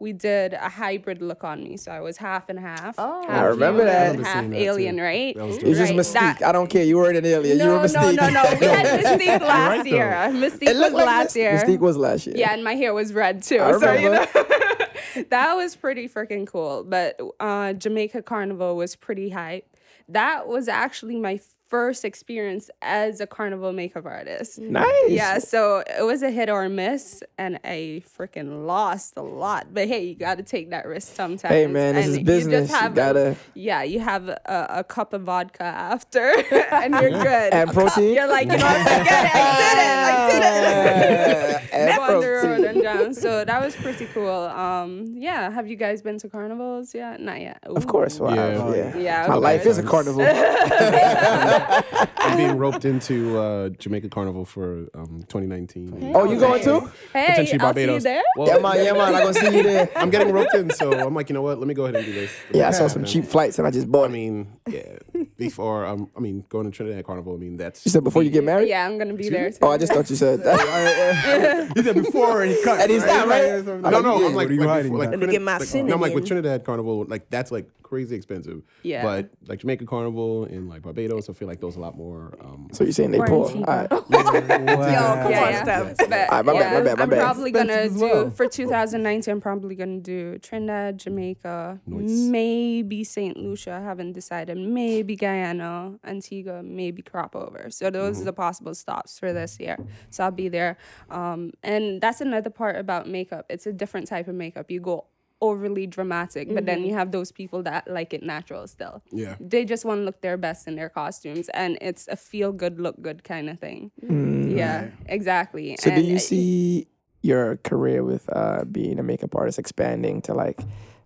[SPEAKER 2] we did a hybrid look on me so i was half and half oh
[SPEAKER 4] I remember that. I
[SPEAKER 2] half
[SPEAKER 4] remember
[SPEAKER 1] seeing that too.
[SPEAKER 2] alien right
[SPEAKER 1] That was
[SPEAKER 4] It's just
[SPEAKER 2] Right,
[SPEAKER 4] Mystique.
[SPEAKER 2] that-
[SPEAKER 4] I don't care. You weren't an alien. you were
[SPEAKER 2] no, no,
[SPEAKER 4] Mystique.
[SPEAKER 2] no, no. We had Mystique last
[SPEAKER 1] right, though.
[SPEAKER 2] year.
[SPEAKER 4] It
[SPEAKER 2] Mystique was
[SPEAKER 4] looked like
[SPEAKER 2] last year.
[SPEAKER 4] Mystique was last year.
[SPEAKER 2] Yeah, and my hair was red too.
[SPEAKER 4] I
[SPEAKER 2] So you
[SPEAKER 4] remember.
[SPEAKER 2] know, that was pretty freaking cool. But uh, Jamaica Carnival was pretty hype. That was actually my first experience as a carnival makeup artist.
[SPEAKER 4] Nice.
[SPEAKER 2] Yeah, so it was a hit or a miss, and I freaking lost a lot. But hey, you got to take that risk sometimes.
[SPEAKER 4] Hey, man, this
[SPEAKER 2] and
[SPEAKER 4] is business. You gotta-
[SPEAKER 2] Yeah, you have a, a cup of vodka after, and you're good.
[SPEAKER 4] And
[SPEAKER 2] A cup,
[SPEAKER 4] protein?
[SPEAKER 2] You're like, you know, what, forget it. I did it. I did it.
[SPEAKER 4] And
[SPEAKER 2] Never on the
[SPEAKER 4] protein.
[SPEAKER 2] road and down. So that was pretty cool. Um, yeah. Have you guys been to carnivals? Yeah, not yet.
[SPEAKER 4] Of course, well,
[SPEAKER 1] Yeah.
[SPEAKER 4] I- yeah.
[SPEAKER 2] Yeah,
[SPEAKER 4] My
[SPEAKER 2] of
[SPEAKER 4] life is a
[SPEAKER 1] course.
[SPEAKER 4] carnival.
[SPEAKER 1] I'm being roped into uh, Jamaica Carnival for um, 2019.
[SPEAKER 4] Oh, you going too?
[SPEAKER 2] Hey,
[SPEAKER 1] Potentially
[SPEAKER 2] I'll see you
[SPEAKER 1] Barbados.
[SPEAKER 2] there.
[SPEAKER 1] Well,
[SPEAKER 4] Yeah, man, yeah, man. I gonna see you there.
[SPEAKER 1] I'm getting roped in, so I'm like, you know what? Let me go ahead and do this.
[SPEAKER 4] Yeah, I saw some cheap flights and I just
[SPEAKER 1] I
[SPEAKER 4] bought me.
[SPEAKER 1] mean, yeah. Before, um, I mean, going to Trinidad Carnival. I mean, that's.
[SPEAKER 4] You said before you get married?
[SPEAKER 2] Yeah, I'm gonna be there.
[SPEAKER 4] Oh, I just thought you said that.
[SPEAKER 5] You said before and he cut.
[SPEAKER 4] And he's not, right?
[SPEAKER 1] No, no,
[SPEAKER 4] Yeah.
[SPEAKER 1] I'm like,
[SPEAKER 5] What are you
[SPEAKER 1] like,
[SPEAKER 5] hiding
[SPEAKER 1] before, like,
[SPEAKER 5] behind?
[SPEAKER 3] Let me get my
[SPEAKER 1] like, no, I'm like with
[SPEAKER 3] cinnamon.
[SPEAKER 1] Trinidad Carnival, like that's like crazy expensive.
[SPEAKER 2] Yeah.
[SPEAKER 1] But like Jamaica Carnival and like Barbados, I feel like those a lot more. Um,
[SPEAKER 4] so you're saying they poor?
[SPEAKER 2] Quarantine.
[SPEAKER 4] All
[SPEAKER 2] Oh,
[SPEAKER 4] right.
[SPEAKER 5] Wow.
[SPEAKER 3] come
[SPEAKER 2] Yeah,
[SPEAKER 3] on,
[SPEAKER 2] yeah.
[SPEAKER 3] Steph.
[SPEAKER 2] But
[SPEAKER 4] Alright, my
[SPEAKER 2] yeah,
[SPEAKER 4] bad, my bad, my
[SPEAKER 2] I'm
[SPEAKER 4] bad.
[SPEAKER 2] probably gonna
[SPEAKER 5] Expensive as
[SPEAKER 2] do
[SPEAKER 5] well.
[SPEAKER 2] for 2019. I'm probably gonna do Trinidad, Jamaica, maybe Saint Lucia. I haven't decided. Maybe Guyana, Antigua, maybe Cropover. So those
[SPEAKER 5] Mm-hmm.
[SPEAKER 2] are the possible stops for this year. So I'll be there. Um, and that's another part about makeup. It's a different type of makeup. You go overly dramatic, but then
[SPEAKER 5] Mm-hmm.
[SPEAKER 2] you have those people that like it natural still.
[SPEAKER 1] Yeah.
[SPEAKER 2] They just want to look their best in their costumes, and it's a feel good, look good kind of thing. Yeah, exactly.
[SPEAKER 4] So do
[SPEAKER 2] And
[SPEAKER 4] you
[SPEAKER 2] I-
[SPEAKER 4] uh, see your career with uh, being a makeup artist expanding to like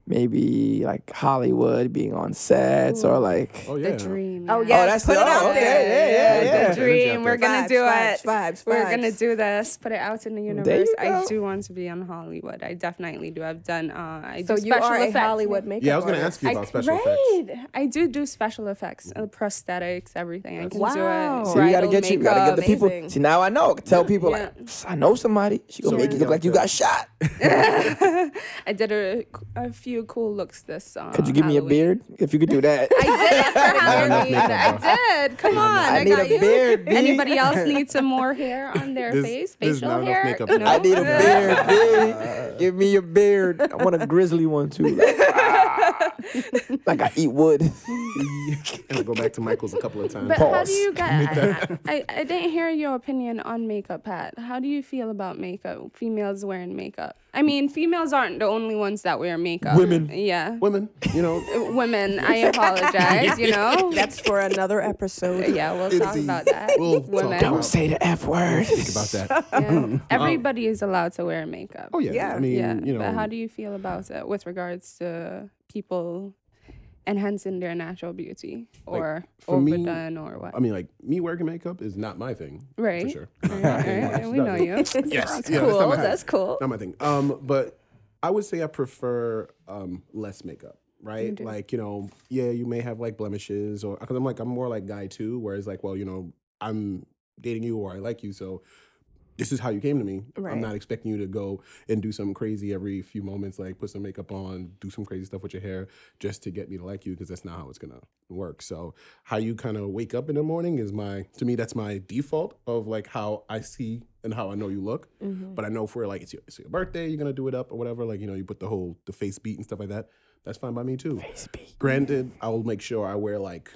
[SPEAKER 4] maybe like Hollywood, being on sets or like.
[SPEAKER 1] Oh,
[SPEAKER 2] The
[SPEAKER 1] yeah.
[SPEAKER 2] dream.
[SPEAKER 3] Oh,
[SPEAKER 2] yeah.
[SPEAKER 3] yeah.
[SPEAKER 4] Oh, that's
[SPEAKER 3] put
[SPEAKER 4] the-
[SPEAKER 3] it
[SPEAKER 4] oh,
[SPEAKER 3] out
[SPEAKER 4] okay,
[SPEAKER 3] there.
[SPEAKER 4] yeah, yeah,
[SPEAKER 2] The
[SPEAKER 4] yeah.
[SPEAKER 2] dream. We're
[SPEAKER 3] Vibes,
[SPEAKER 2] gonna do
[SPEAKER 3] vibes,
[SPEAKER 2] it.
[SPEAKER 3] vibes,
[SPEAKER 2] We're
[SPEAKER 3] vibes.
[SPEAKER 2] gonna do this. Put it out in the
[SPEAKER 4] There
[SPEAKER 2] universe.
[SPEAKER 4] you
[SPEAKER 2] I
[SPEAKER 4] go.
[SPEAKER 2] do want to be on Hollywood. I definitely do. I've done. Uh, I
[SPEAKER 3] So
[SPEAKER 2] do
[SPEAKER 3] you
[SPEAKER 2] special
[SPEAKER 3] are a
[SPEAKER 2] effects.
[SPEAKER 3] Hollywood makeup.
[SPEAKER 1] Yeah, I was going to
[SPEAKER 3] artist.
[SPEAKER 1] ask you about
[SPEAKER 2] I-
[SPEAKER 1] special
[SPEAKER 2] right.
[SPEAKER 1] effects.
[SPEAKER 2] I do do special effects, uh, prosthetics, everything. I can do
[SPEAKER 3] Wow.
[SPEAKER 2] it.
[SPEAKER 4] See, we gotta
[SPEAKER 2] Bridal
[SPEAKER 4] get you. We gotta get the
[SPEAKER 2] Oh, makeup.
[SPEAKER 4] people.
[SPEAKER 3] amazing.
[SPEAKER 4] See, now I know. Tell people like
[SPEAKER 2] Yeah.
[SPEAKER 4] I know somebody. She gonna
[SPEAKER 1] So
[SPEAKER 4] make
[SPEAKER 1] we
[SPEAKER 4] you look
[SPEAKER 1] got
[SPEAKER 4] like you
[SPEAKER 1] the-
[SPEAKER 4] got shot.
[SPEAKER 2] I did a, a few cool looks this. Uh,
[SPEAKER 4] Could you give me a
[SPEAKER 2] Halloween.
[SPEAKER 4] beard? If you could do that.
[SPEAKER 2] I did it for
[SPEAKER 1] enough
[SPEAKER 2] Halloween.
[SPEAKER 1] makeup, bro.
[SPEAKER 2] I did. Come on. I,
[SPEAKER 4] I need
[SPEAKER 2] got
[SPEAKER 4] a
[SPEAKER 2] you.
[SPEAKER 4] beard, B.
[SPEAKER 2] Anybody else need some more hair on their
[SPEAKER 1] There's-
[SPEAKER 2] face?
[SPEAKER 1] there's
[SPEAKER 2] Facial
[SPEAKER 1] not enough
[SPEAKER 2] hair?
[SPEAKER 1] makeup
[SPEAKER 2] No?
[SPEAKER 1] now.
[SPEAKER 4] I need a beard, B. Give me your beard. I want a grizzly one too. Like, ah. Like I eat wood.
[SPEAKER 1] And we go back to Michael's a couple of times.
[SPEAKER 2] But how
[SPEAKER 4] Pause.
[SPEAKER 2] do you get? I, I didn't hear your opinion on makeup, Pat. How do you feel about makeup? Females wearing makeup. I mean, females aren't the only ones that wear makeup.
[SPEAKER 1] Women.
[SPEAKER 2] Yeah.
[SPEAKER 1] Women, you know,
[SPEAKER 2] Women. I apologize. you know.
[SPEAKER 3] That's for another episode.
[SPEAKER 2] yeah. We'll talk
[SPEAKER 1] Indeed.
[SPEAKER 2] about that.
[SPEAKER 1] We'll talk
[SPEAKER 2] Women.
[SPEAKER 1] about
[SPEAKER 4] Don't say the f word.
[SPEAKER 1] think about that.
[SPEAKER 2] Yeah. Everybody is allowed to wear makeup.
[SPEAKER 1] Oh yeah,
[SPEAKER 3] Yeah.
[SPEAKER 1] I mean,
[SPEAKER 2] yeah.
[SPEAKER 1] you know,
[SPEAKER 2] but how do you feel about it with regards to people enhancing their natural beauty or
[SPEAKER 1] for me,
[SPEAKER 2] overdone or what?
[SPEAKER 1] I mean, like me wearing makeup is not my thing,
[SPEAKER 2] right.
[SPEAKER 1] For sure.
[SPEAKER 2] All right, all right, We know you.
[SPEAKER 1] Yes,
[SPEAKER 2] That's
[SPEAKER 1] yeah,
[SPEAKER 2] cool.
[SPEAKER 1] not my thing.
[SPEAKER 2] That's cool.
[SPEAKER 1] Not my thing. Um, but I would say I prefer um less makeup, right? Like you know, yeah, you may have like blemishes, or because I'm like I'm more like guy too, whereas like, well, you know, I'm dating you or I like you, so. This is how you came to me.
[SPEAKER 3] Right.
[SPEAKER 1] I'm not expecting you to go and do something crazy every few moments, like put some makeup on, do some crazy stuff with your hair, just to get me to like you, because that's not how it's gonna work. So how you kind of wake up in the morning is my to me that's my default of like how I see and how I know you look. But I know if we're like it's your, it's your birthday, you're gonna do it up or whatever. Like you know you put the whole the face beat and stuff like that. That's fine by me too. Face beat. Granted, I will make sure I wear like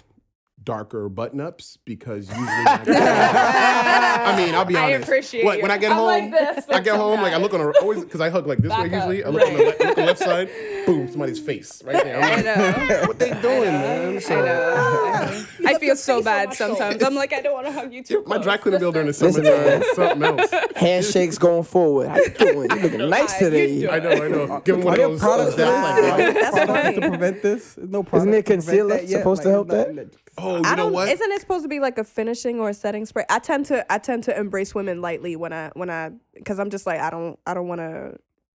[SPEAKER 1] darker button ups because usually. I mean, I'll be
[SPEAKER 2] I
[SPEAKER 1] honest.
[SPEAKER 2] appreciate
[SPEAKER 1] When,
[SPEAKER 2] you.
[SPEAKER 1] when I get
[SPEAKER 2] I'm like
[SPEAKER 1] home,
[SPEAKER 2] this, but
[SPEAKER 1] I get home like I
[SPEAKER 2] sometimes.
[SPEAKER 1] look on a always because I hug like this way
[SPEAKER 2] Back up.
[SPEAKER 1] usually. I look on the, le- look on the left side, boom, somebody's face right there. I'm
[SPEAKER 2] I
[SPEAKER 1] like,
[SPEAKER 2] know.
[SPEAKER 1] what they doing, man?
[SPEAKER 2] I
[SPEAKER 1] So-
[SPEAKER 2] know. I feel so bad sometimes. I'm like, I don't want to hug you too
[SPEAKER 1] My
[SPEAKER 2] close.
[SPEAKER 1] dry cleaning bill during the
[SPEAKER 4] Listen,
[SPEAKER 1] summertime is something else.
[SPEAKER 4] Handshakes going forward. How you doing? You
[SPEAKER 2] Oh
[SPEAKER 4] looking nice today.
[SPEAKER 1] I know, I know. Give him one
[SPEAKER 5] Are
[SPEAKER 1] of
[SPEAKER 5] there
[SPEAKER 1] those. uh,
[SPEAKER 5] products,
[SPEAKER 1] those-
[SPEAKER 3] Wow.
[SPEAKER 1] like,
[SPEAKER 3] That's
[SPEAKER 5] products
[SPEAKER 3] funny.
[SPEAKER 5] to prevent this? There's no product
[SPEAKER 4] there
[SPEAKER 5] to prevent
[SPEAKER 4] concealer
[SPEAKER 5] that yet?
[SPEAKER 4] supposed to help
[SPEAKER 5] nothing
[SPEAKER 1] oh, you
[SPEAKER 3] I
[SPEAKER 1] know
[SPEAKER 2] Um,
[SPEAKER 3] don't.
[SPEAKER 1] what?
[SPEAKER 3] Isn't it supposed to be like a finishing or a setting spray? I tend to I tend to embrace women lightly when I when I because I'm just like I don't I don't want to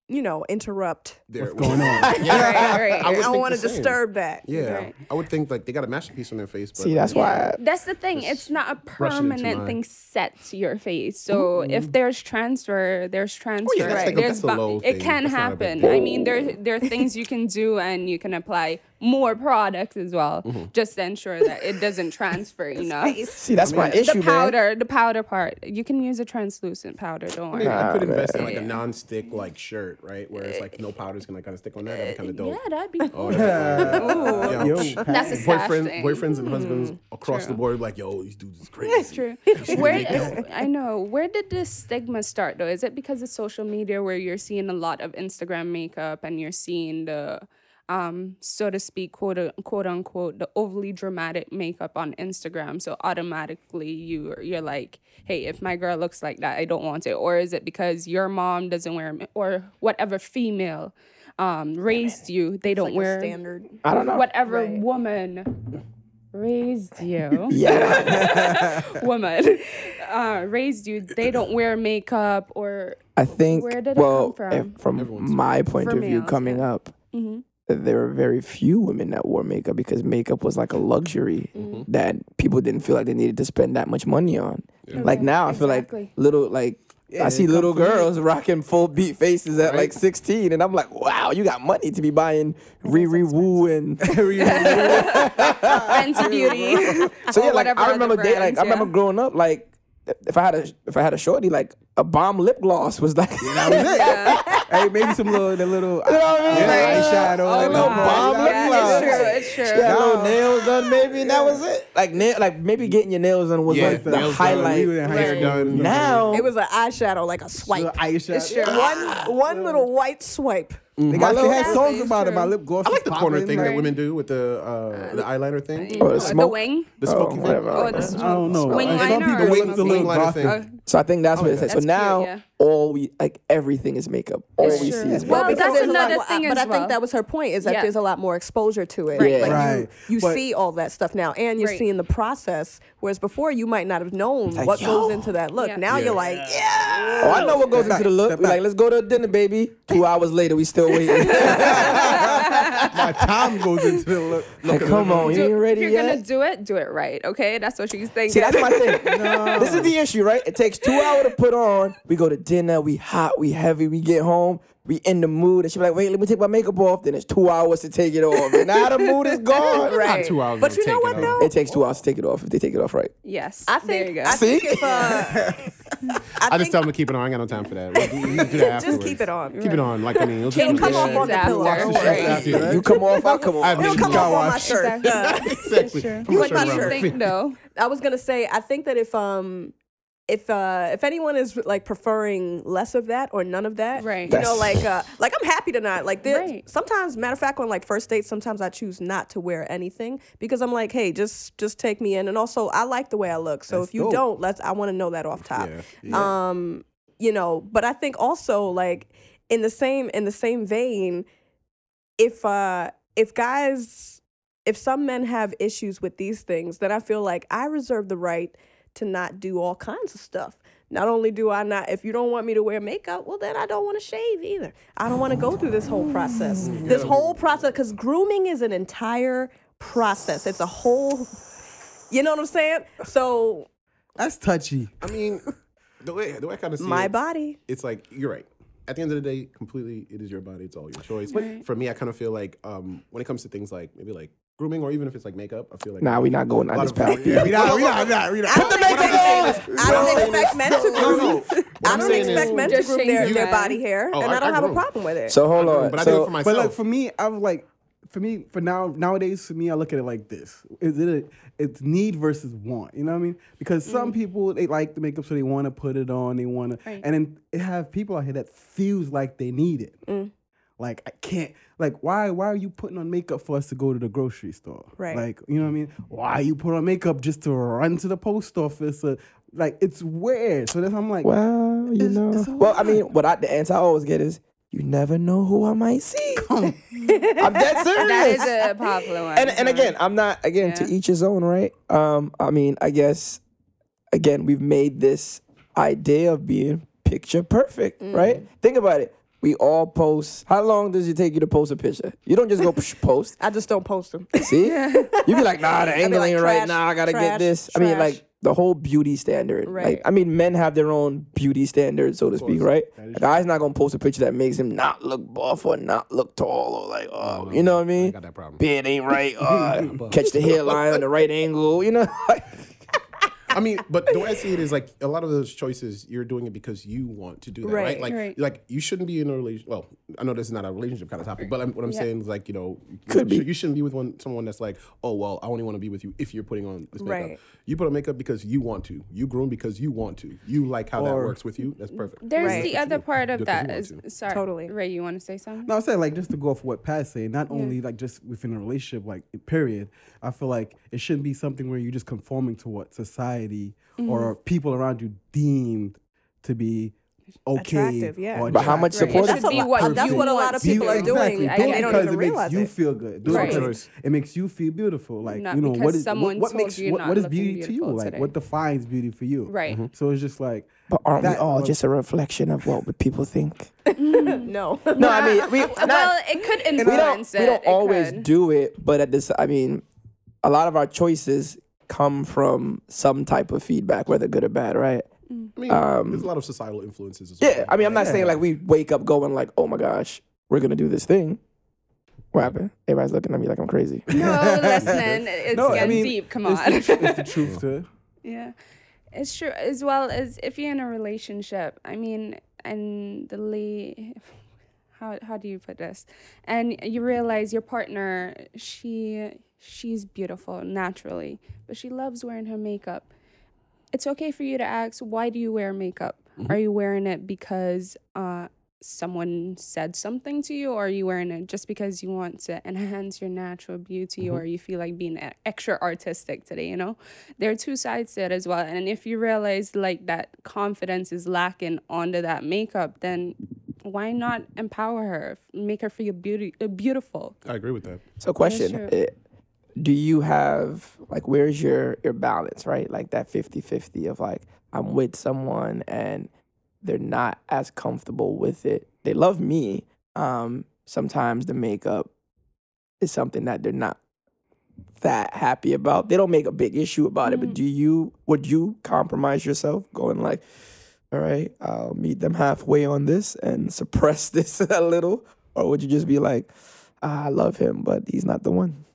[SPEAKER 3] you know interrupt.
[SPEAKER 1] There it
[SPEAKER 5] What's going
[SPEAKER 1] was.
[SPEAKER 5] on?
[SPEAKER 2] Right,
[SPEAKER 1] Yeah.
[SPEAKER 2] right.
[SPEAKER 1] I
[SPEAKER 3] I
[SPEAKER 1] would
[SPEAKER 3] don't
[SPEAKER 1] think
[SPEAKER 3] want
[SPEAKER 1] the
[SPEAKER 3] to
[SPEAKER 1] same.
[SPEAKER 3] disturb that.
[SPEAKER 1] Yeah,
[SPEAKER 2] Right.
[SPEAKER 1] I would think like they got a masterpiece on their face. But
[SPEAKER 4] See, that's why.
[SPEAKER 2] That's the thing. It's not a
[SPEAKER 1] brush it into
[SPEAKER 2] permanent
[SPEAKER 1] mine.
[SPEAKER 2] thing set to your face. So if there's transfer, there's transfer.
[SPEAKER 1] Oh, that's like a-
[SPEAKER 2] there's
[SPEAKER 1] that's a
[SPEAKER 2] bu-
[SPEAKER 1] low
[SPEAKER 2] it
[SPEAKER 1] thing.
[SPEAKER 2] can
[SPEAKER 1] That's not a big
[SPEAKER 2] happen.
[SPEAKER 1] deal.
[SPEAKER 2] I mean, there there are things you can do, and you can apply more products as well,
[SPEAKER 1] Mm-hmm.
[SPEAKER 2] just to ensure that it doesn't transfer. You know,
[SPEAKER 4] See, that's my issue,
[SPEAKER 2] the
[SPEAKER 4] man.
[SPEAKER 2] powder, the powder part. You can use a translucent powder. Don't worry.
[SPEAKER 1] I could invest in like a non-stick like shirt, right? Where it's like no powder's gonna kind of stick on there. That'd be kind of dope.
[SPEAKER 2] Yeah, that'd be cool.
[SPEAKER 1] Oh, that's fine. Yo,
[SPEAKER 5] Yo,
[SPEAKER 2] That's a stash
[SPEAKER 1] boyfriend,
[SPEAKER 2] thing.
[SPEAKER 1] boyfriends and husbands across the board, like, yo, these dudes is crazy. That's
[SPEAKER 2] true. Where is, I know. Where did this stigma start though? Is it because of social media where you're seeing a lot of Instagram makeup and you're seeing the um, so to speak, quote, quote unquote, the overly dramatic makeup on Instagram. So automatically you you're like, hey, if my girl looks like that, I don't want it. Or is it because your mom doesn't wear ma- or whatever female um, raised you, they don't
[SPEAKER 3] Like
[SPEAKER 2] wear
[SPEAKER 3] a standard.
[SPEAKER 4] I don't know.
[SPEAKER 2] whatever woman raised you
[SPEAKER 4] Yeah.
[SPEAKER 2] woman uh, raised you, they don't wear makeup or
[SPEAKER 4] I think.
[SPEAKER 2] Where did it
[SPEAKER 4] well,
[SPEAKER 2] come
[SPEAKER 4] if- from my point
[SPEAKER 2] From
[SPEAKER 4] of
[SPEAKER 2] males,
[SPEAKER 4] view,
[SPEAKER 2] Mm-hmm.
[SPEAKER 4] coming up, there were very few women that wore makeup because makeup was like a luxury
[SPEAKER 2] Mm-hmm.
[SPEAKER 4] that people didn't feel like they needed to spend that much money on. Like now, I feel like
[SPEAKER 2] exactly.
[SPEAKER 4] little like. I see little girls rocking full beat faces at like 16, and I'm like, wow, you got money to be buying Riri Woo and
[SPEAKER 2] fancy beauty.
[SPEAKER 4] So yeah,
[SPEAKER 2] or
[SPEAKER 4] like
[SPEAKER 2] whatever
[SPEAKER 4] I
[SPEAKER 2] other
[SPEAKER 4] remember, da- like
[SPEAKER 2] brands,
[SPEAKER 4] I remember
[SPEAKER 2] yeah.
[SPEAKER 4] growing up, like if I had a if I had a shorty, like a bomb lip gloss was like, you know what I mean?
[SPEAKER 5] hey, maybe some little, the little eyeshadow.
[SPEAKER 4] Like, no
[SPEAKER 5] like, no
[SPEAKER 4] bomb
[SPEAKER 5] problem.
[SPEAKER 4] lip gloss.
[SPEAKER 2] Yeah, it's true. It's
[SPEAKER 4] She
[SPEAKER 2] true.
[SPEAKER 4] had little nails done, maybe, and that was it. Like nail, like maybe getting your nails done was
[SPEAKER 1] Yeah,
[SPEAKER 4] like the
[SPEAKER 1] nails done.
[SPEAKER 4] highlight.
[SPEAKER 5] We were in high
[SPEAKER 1] Hair
[SPEAKER 5] school.
[SPEAKER 1] done.
[SPEAKER 4] Now
[SPEAKER 3] It was an eyeshadow, like a swipe.
[SPEAKER 1] Ah!
[SPEAKER 5] Little eyeshadow.
[SPEAKER 3] One one little white swipe.
[SPEAKER 5] They got
[SPEAKER 1] My
[SPEAKER 5] they
[SPEAKER 1] lip-
[SPEAKER 5] had
[SPEAKER 2] That's
[SPEAKER 5] songs
[SPEAKER 2] true.
[SPEAKER 5] about it. My lip gloss.
[SPEAKER 1] I like
[SPEAKER 5] is
[SPEAKER 1] the corner
[SPEAKER 5] popping.
[SPEAKER 1] thing that
[SPEAKER 2] Right.
[SPEAKER 1] women do with the uh, the eyeliner thing,
[SPEAKER 4] Oh, the
[SPEAKER 2] Or the
[SPEAKER 4] smoke?
[SPEAKER 2] wing.
[SPEAKER 1] the
[SPEAKER 4] Oh,
[SPEAKER 1] smoky thing.
[SPEAKER 4] whatever.
[SPEAKER 2] Or the
[SPEAKER 4] whatever.
[SPEAKER 2] smoke.
[SPEAKER 5] I don't know.
[SPEAKER 2] Wing
[SPEAKER 5] Like, some
[SPEAKER 2] liner
[SPEAKER 5] people
[SPEAKER 2] or
[SPEAKER 5] look
[SPEAKER 2] something?
[SPEAKER 5] a little
[SPEAKER 1] Wing liner
[SPEAKER 5] gothic.
[SPEAKER 1] thing.
[SPEAKER 2] Uh,
[SPEAKER 4] So I think
[SPEAKER 5] Oh,
[SPEAKER 4] that's what it says.
[SPEAKER 2] That's
[SPEAKER 4] so
[SPEAKER 2] cute,
[SPEAKER 4] now
[SPEAKER 2] yeah.
[SPEAKER 4] all we like everything is makeup. All
[SPEAKER 3] It's
[SPEAKER 4] we
[SPEAKER 3] true.
[SPEAKER 4] see is makeup.
[SPEAKER 3] Well,
[SPEAKER 5] Well,
[SPEAKER 2] because
[SPEAKER 3] because
[SPEAKER 2] that's
[SPEAKER 3] there's a lot-
[SPEAKER 2] another
[SPEAKER 3] well,
[SPEAKER 2] thing
[SPEAKER 3] But
[SPEAKER 2] as
[SPEAKER 3] I
[SPEAKER 2] well.
[SPEAKER 3] think that was her point is that
[SPEAKER 2] Yeah.
[SPEAKER 3] there's a lot more exposure to it.
[SPEAKER 4] Right.
[SPEAKER 3] Like
[SPEAKER 5] Right.
[SPEAKER 3] you, you
[SPEAKER 5] But-
[SPEAKER 3] see all that stuff now, and you're
[SPEAKER 2] Right.
[SPEAKER 3] seeing the process. Whereas before, you might not have known
[SPEAKER 4] like,
[SPEAKER 3] what
[SPEAKER 4] yo.
[SPEAKER 3] goes into that look.
[SPEAKER 2] Yeah.
[SPEAKER 3] Now
[SPEAKER 1] Yeah.
[SPEAKER 3] you're like, yeah.
[SPEAKER 4] Oh, I know what goes into the look.
[SPEAKER 5] Step
[SPEAKER 4] We
[SPEAKER 5] back.
[SPEAKER 4] like, let's go to a dinner, baby. Two hours later, we still waiting.
[SPEAKER 1] My time goes into the look.
[SPEAKER 4] like, come on, you
[SPEAKER 2] do-
[SPEAKER 4] ain't ready
[SPEAKER 2] if you're
[SPEAKER 4] yet.
[SPEAKER 2] gonna do it, do it right, okay? That's what she's thinking.
[SPEAKER 4] See, that's my thing. This is the issue, right? It takes two hours to put on. We go to dinner, we hot, we heavy, we get home, we in the mood, and she be like, wait, let me take my makeup off. Then it's two hours to take it off. And now the mood is gone.
[SPEAKER 2] Right.
[SPEAKER 1] Not two hours.
[SPEAKER 3] But
[SPEAKER 1] it'll
[SPEAKER 3] you know
[SPEAKER 1] take
[SPEAKER 3] what,
[SPEAKER 1] it,
[SPEAKER 3] though?
[SPEAKER 1] huh?
[SPEAKER 4] It takes two hours to take it off if they take it off right.
[SPEAKER 2] yes.
[SPEAKER 3] I
[SPEAKER 2] there
[SPEAKER 3] think.
[SPEAKER 2] you go.
[SPEAKER 3] I think if, uh,
[SPEAKER 1] I
[SPEAKER 3] think-
[SPEAKER 1] just tell them to keep it on. I ain't got no time for that. We do, we do that
[SPEAKER 3] Just
[SPEAKER 1] afterwards.
[SPEAKER 3] keep it on.
[SPEAKER 1] Keep it on. Like I mean, it'll
[SPEAKER 3] It'll
[SPEAKER 1] just
[SPEAKER 3] come
[SPEAKER 1] be
[SPEAKER 3] off
[SPEAKER 1] good.
[SPEAKER 3] on the
[SPEAKER 2] Exactly.
[SPEAKER 3] pillow. Don't
[SPEAKER 1] Just
[SPEAKER 2] Right.
[SPEAKER 3] worry.
[SPEAKER 1] after that.
[SPEAKER 4] You come off, I come off.
[SPEAKER 1] I mean,
[SPEAKER 3] It'll come
[SPEAKER 1] you got
[SPEAKER 3] off on my
[SPEAKER 1] washed.
[SPEAKER 3] shirt.
[SPEAKER 1] exactly. Put
[SPEAKER 2] What
[SPEAKER 1] your
[SPEAKER 2] do
[SPEAKER 1] shirt
[SPEAKER 2] you
[SPEAKER 1] around
[SPEAKER 2] think though?
[SPEAKER 3] I was gonna say, I think that if um if uh if anyone is like preferring less of that or none of that,
[SPEAKER 2] Right.
[SPEAKER 3] You know,
[SPEAKER 4] That's-
[SPEAKER 3] like uh like I'm happy to not like there
[SPEAKER 2] Right.
[SPEAKER 3] sometimes matter of fact on like first dates, sometimes I choose not to wear anything because I'm like, hey, just just take me in. And also I like the way I look. So
[SPEAKER 1] That's
[SPEAKER 3] if you
[SPEAKER 1] dope.
[SPEAKER 3] don't, let's I wanna know that off top
[SPEAKER 1] Yeah. yeah.
[SPEAKER 3] um you know but i think also like in the same in the same vein if uh if guys if some men have issues with these things then i feel like i reserve the right to not do all kinds of stuff not only do i not if you don't want me to wear makeup well then i don't want to shave either i don't want to go through this whole process
[SPEAKER 1] Mm,
[SPEAKER 3] this whole process because grooming is an entire process it's a whole you know what i'm saying so
[SPEAKER 5] That's touchy.
[SPEAKER 1] I mean, the way the way I kind of see
[SPEAKER 3] my
[SPEAKER 1] it,
[SPEAKER 3] body
[SPEAKER 1] it's like you're right. At the end of the day, completely, it is your body. It's all your choice. For me, I kind of feel like um, when it comes to things like maybe like grooming or even if it's like makeup, I feel like
[SPEAKER 4] Nah, we not going
[SPEAKER 1] a
[SPEAKER 4] down
[SPEAKER 1] lot
[SPEAKER 4] this
[SPEAKER 1] of-
[SPEAKER 4] path.
[SPEAKER 1] Yeah, we not-
[SPEAKER 5] we not, we not, we not.
[SPEAKER 3] I don't expect- I don't expect men
[SPEAKER 1] No,
[SPEAKER 3] to
[SPEAKER 1] no.
[SPEAKER 3] groom.
[SPEAKER 1] What
[SPEAKER 3] I
[SPEAKER 1] I'm
[SPEAKER 3] don't
[SPEAKER 1] saying
[SPEAKER 3] expect
[SPEAKER 1] is-
[SPEAKER 3] men to
[SPEAKER 2] Just
[SPEAKER 3] groom
[SPEAKER 2] shave
[SPEAKER 3] their,
[SPEAKER 2] your
[SPEAKER 3] their
[SPEAKER 2] head.
[SPEAKER 3] body hair,
[SPEAKER 1] Oh,
[SPEAKER 3] and
[SPEAKER 1] I-
[SPEAKER 3] I don't
[SPEAKER 1] I
[SPEAKER 3] have a
[SPEAKER 1] groom.
[SPEAKER 3] problem with it.
[SPEAKER 4] So hold on.
[SPEAKER 1] But I do it
[SPEAKER 4] so,
[SPEAKER 1] for myself.
[SPEAKER 5] But like for me, I was like, for me, for now, nowadays, for me, I look at it like this: is it a, it's need versus want? You know what I mean? Because some people they like the makeup, so they want to put it on, they want to, and then it have people out here that feels like they need it. Like I can't. Like why? Why are you putting on makeup for us to go to the grocery store?
[SPEAKER 3] Right.
[SPEAKER 5] Like you know what I mean? Why you put on makeup just to run to the post office? Or, like it's weird. So that's I'm like,
[SPEAKER 4] well, you
[SPEAKER 5] It's-
[SPEAKER 4] know.
[SPEAKER 5] it's a
[SPEAKER 4] well, I
[SPEAKER 5] lot.
[SPEAKER 4] mean, what I, the answer I always get is, you never know who I might see. I'm dead serious.
[SPEAKER 2] That is a popular one.
[SPEAKER 4] and and again, I'm not again to
[SPEAKER 2] Yeah.
[SPEAKER 4] each his own, right? Um, I mean, I guess again we've made this idea of being picture perfect,
[SPEAKER 3] Mm-hmm.
[SPEAKER 4] right? Think about it. We all post. How long does it take you to post a picture? You don't just go psh, post.
[SPEAKER 3] I just don't post them.
[SPEAKER 4] See, you be like, nah, the angle
[SPEAKER 3] like,
[SPEAKER 4] ain't right.
[SPEAKER 3] trash,
[SPEAKER 4] Nah, I gotta get
[SPEAKER 3] trash,
[SPEAKER 4] this. I mean,
[SPEAKER 3] trash.
[SPEAKER 4] like the whole beauty standard. Like,
[SPEAKER 3] Right.
[SPEAKER 4] I mean, men have their own beauty standards, so to speak, right? A guy's not gonna post a picture that makes him not look buff or not look tall or like, oh, you know what I mean?
[SPEAKER 1] got that problem.
[SPEAKER 4] Beard ain't right. Uh, catch the hairline on the right angle. You know,
[SPEAKER 1] I mean, but the way I see it is like a lot of those choices, you're doing it because you want to do that, right?
[SPEAKER 3] Right,
[SPEAKER 1] Like,
[SPEAKER 2] right.
[SPEAKER 1] like you shouldn't be in a relation. Well, I know this is not a relationship kind of topic, but I'm, what I'm saying is like, you know,
[SPEAKER 4] Could
[SPEAKER 1] you,
[SPEAKER 4] be.
[SPEAKER 1] you shouldn't be with one someone that's like, oh well, I only want to be with you if you're putting on this makeup.
[SPEAKER 3] Right.
[SPEAKER 1] You put on makeup because you want to. You groom because you want to. You like how that works with you. That's perfect.
[SPEAKER 2] there's
[SPEAKER 3] Right.
[SPEAKER 2] the other part of
[SPEAKER 1] Because
[SPEAKER 2] that.
[SPEAKER 1] you
[SPEAKER 2] Is,
[SPEAKER 1] want
[SPEAKER 2] sorry,
[SPEAKER 3] Totally.
[SPEAKER 2] Ray, you want to say something?
[SPEAKER 5] No, I said like just to go off what Pat said, not only like just within a relationship, like period. I feel like it shouldn't be something where you're just conforming to what society
[SPEAKER 2] Mm-hmm.
[SPEAKER 5] or people around you deemed to be okay.
[SPEAKER 3] Attractive, yeah.
[SPEAKER 5] or
[SPEAKER 4] But how much
[SPEAKER 5] attractive.
[SPEAKER 2] Right. It
[SPEAKER 4] support?
[SPEAKER 2] should
[SPEAKER 3] That's
[SPEAKER 2] be
[SPEAKER 3] a
[SPEAKER 2] what you
[SPEAKER 3] lot, that's what a lot
[SPEAKER 2] want
[SPEAKER 3] of
[SPEAKER 2] to
[SPEAKER 5] Be-
[SPEAKER 3] people are
[SPEAKER 5] exactly.
[SPEAKER 3] doing.
[SPEAKER 5] Do
[SPEAKER 2] I-
[SPEAKER 5] it
[SPEAKER 3] and they don't
[SPEAKER 5] because
[SPEAKER 3] even
[SPEAKER 5] it makes
[SPEAKER 3] realize
[SPEAKER 5] you
[SPEAKER 3] it.
[SPEAKER 5] feel good. Do it
[SPEAKER 2] Right.
[SPEAKER 5] because it makes you feel beautiful. Like
[SPEAKER 2] Not
[SPEAKER 5] you know
[SPEAKER 2] because
[SPEAKER 5] what is what-
[SPEAKER 2] someone
[SPEAKER 5] what,
[SPEAKER 2] told
[SPEAKER 5] makes
[SPEAKER 2] you
[SPEAKER 5] what,
[SPEAKER 2] not
[SPEAKER 5] what is
[SPEAKER 2] looking
[SPEAKER 5] beauty to you?
[SPEAKER 2] beautiful
[SPEAKER 5] Like
[SPEAKER 2] today.
[SPEAKER 5] what defines beauty for you? Mm-hmm.
[SPEAKER 2] Right. Mhm.
[SPEAKER 5] So it's just like
[SPEAKER 4] but aren't we
[SPEAKER 5] That
[SPEAKER 4] all
[SPEAKER 5] was-
[SPEAKER 4] just a reflection of what people think?
[SPEAKER 3] No.
[SPEAKER 4] No, I mean, we
[SPEAKER 2] Uh,
[SPEAKER 4] not-
[SPEAKER 2] well, it could
[SPEAKER 4] we don't,
[SPEAKER 2] influence
[SPEAKER 4] we
[SPEAKER 2] it.
[SPEAKER 4] don't
[SPEAKER 2] It
[SPEAKER 4] always
[SPEAKER 2] could.
[SPEAKER 4] do it, but at this, I mean, a lot of our choices come from some type of feedback, whether good or bad, right?
[SPEAKER 1] I mean, there's a lot of societal influences. As well.
[SPEAKER 4] Um, Yeah, I mean, I'm not saying like we wake up going like, oh my gosh, we're gonna do this thing. What happened? Everybody's looking at me like I'm crazy.
[SPEAKER 2] No, listen, it's
[SPEAKER 5] No, I
[SPEAKER 2] getting
[SPEAKER 5] mean,
[SPEAKER 2] deep. Come
[SPEAKER 5] it's the
[SPEAKER 2] on.
[SPEAKER 5] tr- it's the truth to it.
[SPEAKER 2] Yeah. It's true. As well as if you're in a relationship, I mean, and the lay how how do you put this? And you realize your partner, she she's beautiful naturally, but she loves wearing her makeup.
[SPEAKER 4] Mm-hmm.
[SPEAKER 2] It's okay for you to ask, why do you wear makeup? Are you wearing it because uh someone said something to you or are you wearing it just because you want to enhance your natural beauty
[SPEAKER 4] Mm-hmm.
[SPEAKER 2] or you feel like being e- extra artistic today you know there are two sides to it as well and if you realize like that confidence is lacking onto that makeup then why not empower her make her feel beauty uh, beautiful
[SPEAKER 1] I agree with that.
[SPEAKER 4] So, question: eh, Do you have like where's your your balance, right? Like that 50-50 of like I'm with someone and they're not as comfortable with it. They love me. Um, sometimes the makeup is something that they're not that happy about. They don't make a big issue about it, but do you would you compromise yourself going like, all right, I'll meet them halfway on this and suppress this a little? Or would you just be like, "Ah, I love him, but he's not the one?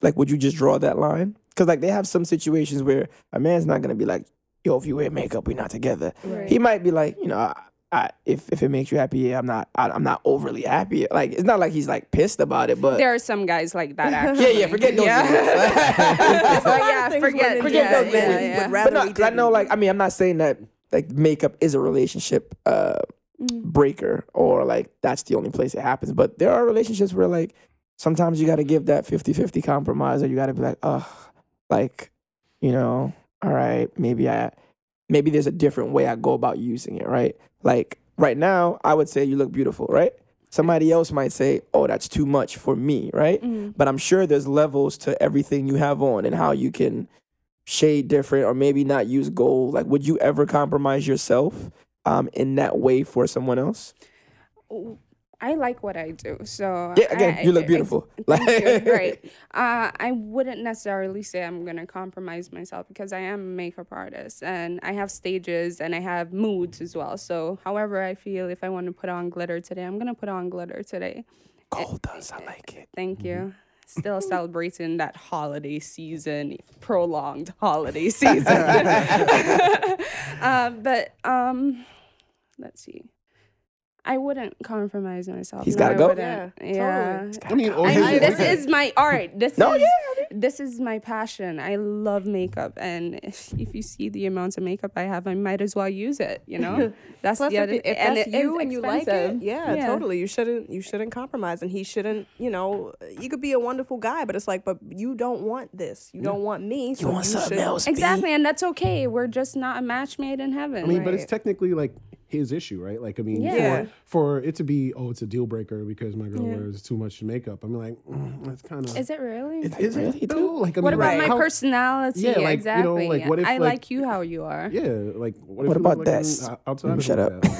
[SPEAKER 4] Like, would you just draw that line? Because, like, they have some situations where a man's not going to be like, yo, if you wear makeup, we're not together. He might be like, you know, I, I, if, if it makes you happy, I'm not, I, I'm not overly happy. Like, it's not like he's like pissed about it, but.
[SPEAKER 2] there are some guys like that
[SPEAKER 4] Uh, yeah,
[SPEAKER 2] actually
[SPEAKER 4] yeah, forget those. idiots.
[SPEAKER 2] It's like,
[SPEAKER 3] lot of
[SPEAKER 2] yeah,
[SPEAKER 3] things
[SPEAKER 2] forget,
[SPEAKER 3] women
[SPEAKER 4] forget
[SPEAKER 2] yeah,
[SPEAKER 4] those
[SPEAKER 2] yeah,
[SPEAKER 4] things.
[SPEAKER 2] yeah.
[SPEAKER 3] Would rather
[SPEAKER 4] but no,
[SPEAKER 3] we
[SPEAKER 4] 'cause I know,
[SPEAKER 3] didn't.
[SPEAKER 4] like, I mean, I'm not saying that like makeup is a relationship uh,
[SPEAKER 2] Mm.
[SPEAKER 4] breaker or like that's the only place it happens. But there are relationships where like sometimes you got to give that 50 50 compromise or you got to be like, oh, like, you know, all right, maybe I, maybe there's a different way I go about using it, right? Like, right now, I would say you look beautiful, right? Somebody else might say, oh, that's too much for me, right?
[SPEAKER 2] Mm.
[SPEAKER 4] But I'm sure there's levels to everything you have on and how you can shade different or maybe not use gold like would you ever compromise yourself um in that way for someone else
[SPEAKER 2] I like what I do. So
[SPEAKER 4] Yeah, again,
[SPEAKER 2] I-
[SPEAKER 4] you look
[SPEAKER 2] I-
[SPEAKER 4] beautiful.
[SPEAKER 2] Thank
[SPEAKER 4] Like-
[SPEAKER 2] you. Right. Uh, I wouldn't necessarily say I'm gonna compromise myself because I am a makeup artist and I have stages and I have moods as well. So however I feel, if I want to put on glitter today, I'm gonna put on glitter today.
[SPEAKER 4] gold does i like it
[SPEAKER 2] Thank you. Still celebrating that holiday season, prolonged holiday season. uh, but um, let's see. I wouldn't compromise myself.
[SPEAKER 4] He's
[SPEAKER 2] No,
[SPEAKER 4] gotta
[SPEAKER 2] I
[SPEAKER 4] go.
[SPEAKER 2] wouldn't. Yeah.
[SPEAKER 1] I mean, all
[SPEAKER 2] I
[SPEAKER 1] his
[SPEAKER 2] mean, this
[SPEAKER 1] work-
[SPEAKER 2] is my art. This
[SPEAKER 4] No,
[SPEAKER 2] is
[SPEAKER 4] yeah,
[SPEAKER 2] this is my passion. I love makeup, and if, if you see the amount of makeup I have, I might as well use it. You know, that's
[SPEAKER 3] Plus,
[SPEAKER 2] the
[SPEAKER 3] if,
[SPEAKER 2] other.
[SPEAKER 3] it- if
[SPEAKER 2] and
[SPEAKER 3] that's
[SPEAKER 2] it is
[SPEAKER 3] you and you like it,
[SPEAKER 2] expensive.
[SPEAKER 3] yeah, totally. You shouldn't you shouldn't compromise, and he shouldn't. You know, you could be a wonderful guy, but it's like, but you don't want this. You don't want me. so You
[SPEAKER 4] want something
[SPEAKER 3] should-
[SPEAKER 4] else
[SPEAKER 2] Exactly, and that's okay. We're just not a match made in heaven.
[SPEAKER 1] I mean, but it's technically like his issue, right? Like, I mean,
[SPEAKER 2] Yeah.
[SPEAKER 1] for, for it to be, oh, it's a deal breaker because my girl wears too much makeup. I mean, like, mm, that's kind of.
[SPEAKER 2] is it really?
[SPEAKER 1] is
[SPEAKER 4] really,
[SPEAKER 1] it
[SPEAKER 4] dude?
[SPEAKER 1] though? Like, I mean,
[SPEAKER 2] what about
[SPEAKER 1] like,
[SPEAKER 2] my
[SPEAKER 1] how-
[SPEAKER 2] personality?
[SPEAKER 1] Yeah, like, you know,
[SPEAKER 2] exactly.
[SPEAKER 1] like, what if,
[SPEAKER 2] I
[SPEAKER 1] like-
[SPEAKER 2] like you how you are.
[SPEAKER 1] Yeah, like what, if
[SPEAKER 4] What
[SPEAKER 1] you look
[SPEAKER 4] about
[SPEAKER 1] like uh, an
[SPEAKER 4] this?
[SPEAKER 1] o- outsider
[SPEAKER 4] Mm, shut
[SPEAKER 1] like
[SPEAKER 4] up.
[SPEAKER 1] that?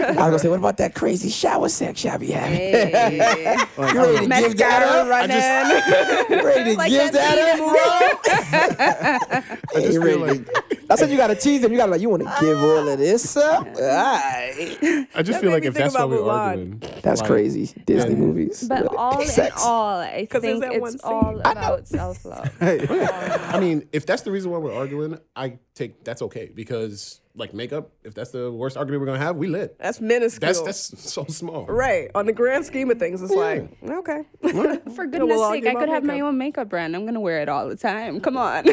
[SPEAKER 1] Like,
[SPEAKER 4] i was gonna say what about that crazy shower sex y'all be having
[SPEAKER 2] Hey.
[SPEAKER 1] like,
[SPEAKER 4] you ready to give that
[SPEAKER 2] Mascara
[SPEAKER 4] up I just- you ready to
[SPEAKER 2] Like
[SPEAKER 4] give
[SPEAKER 2] that
[SPEAKER 4] that up bro
[SPEAKER 1] I just feel
[SPEAKER 4] you ready
[SPEAKER 1] like
[SPEAKER 4] to- that's what you gotta tease him you gotta like you want to give all of this up all right
[SPEAKER 1] I just
[SPEAKER 3] That
[SPEAKER 1] feel
[SPEAKER 3] made
[SPEAKER 1] like
[SPEAKER 3] me
[SPEAKER 1] if
[SPEAKER 3] think
[SPEAKER 1] that's why
[SPEAKER 3] about
[SPEAKER 1] we're
[SPEAKER 3] Mulan.
[SPEAKER 1] arguing,
[SPEAKER 4] that's
[SPEAKER 1] like,
[SPEAKER 4] crazy disney movies
[SPEAKER 2] But
[SPEAKER 4] Really.
[SPEAKER 2] all in
[SPEAKER 4] Sex.
[SPEAKER 2] all, I
[SPEAKER 3] there's
[SPEAKER 2] think
[SPEAKER 3] that one
[SPEAKER 2] it's
[SPEAKER 3] scene.
[SPEAKER 2] all about self love.
[SPEAKER 1] I mean, if that's the reason why we're arguing, I take that's okay because like makeup. If that's the worst argument we're gonna have, we lit.
[SPEAKER 3] That's minuscule.
[SPEAKER 1] That's that's so small.
[SPEAKER 3] right on the grand scheme of things. It's like okay,
[SPEAKER 2] For goodness
[SPEAKER 3] we'll
[SPEAKER 2] sake,
[SPEAKER 3] argue
[SPEAKER 2] I could
[SPEAKER 3] about
[SPEAKER 2] have my
[SPEAKER 3] makeup.
[SPEAKER 2] own makeup brand. I'm gonna wear it all the time. Come on.
[SPEAKER 1] Yeah,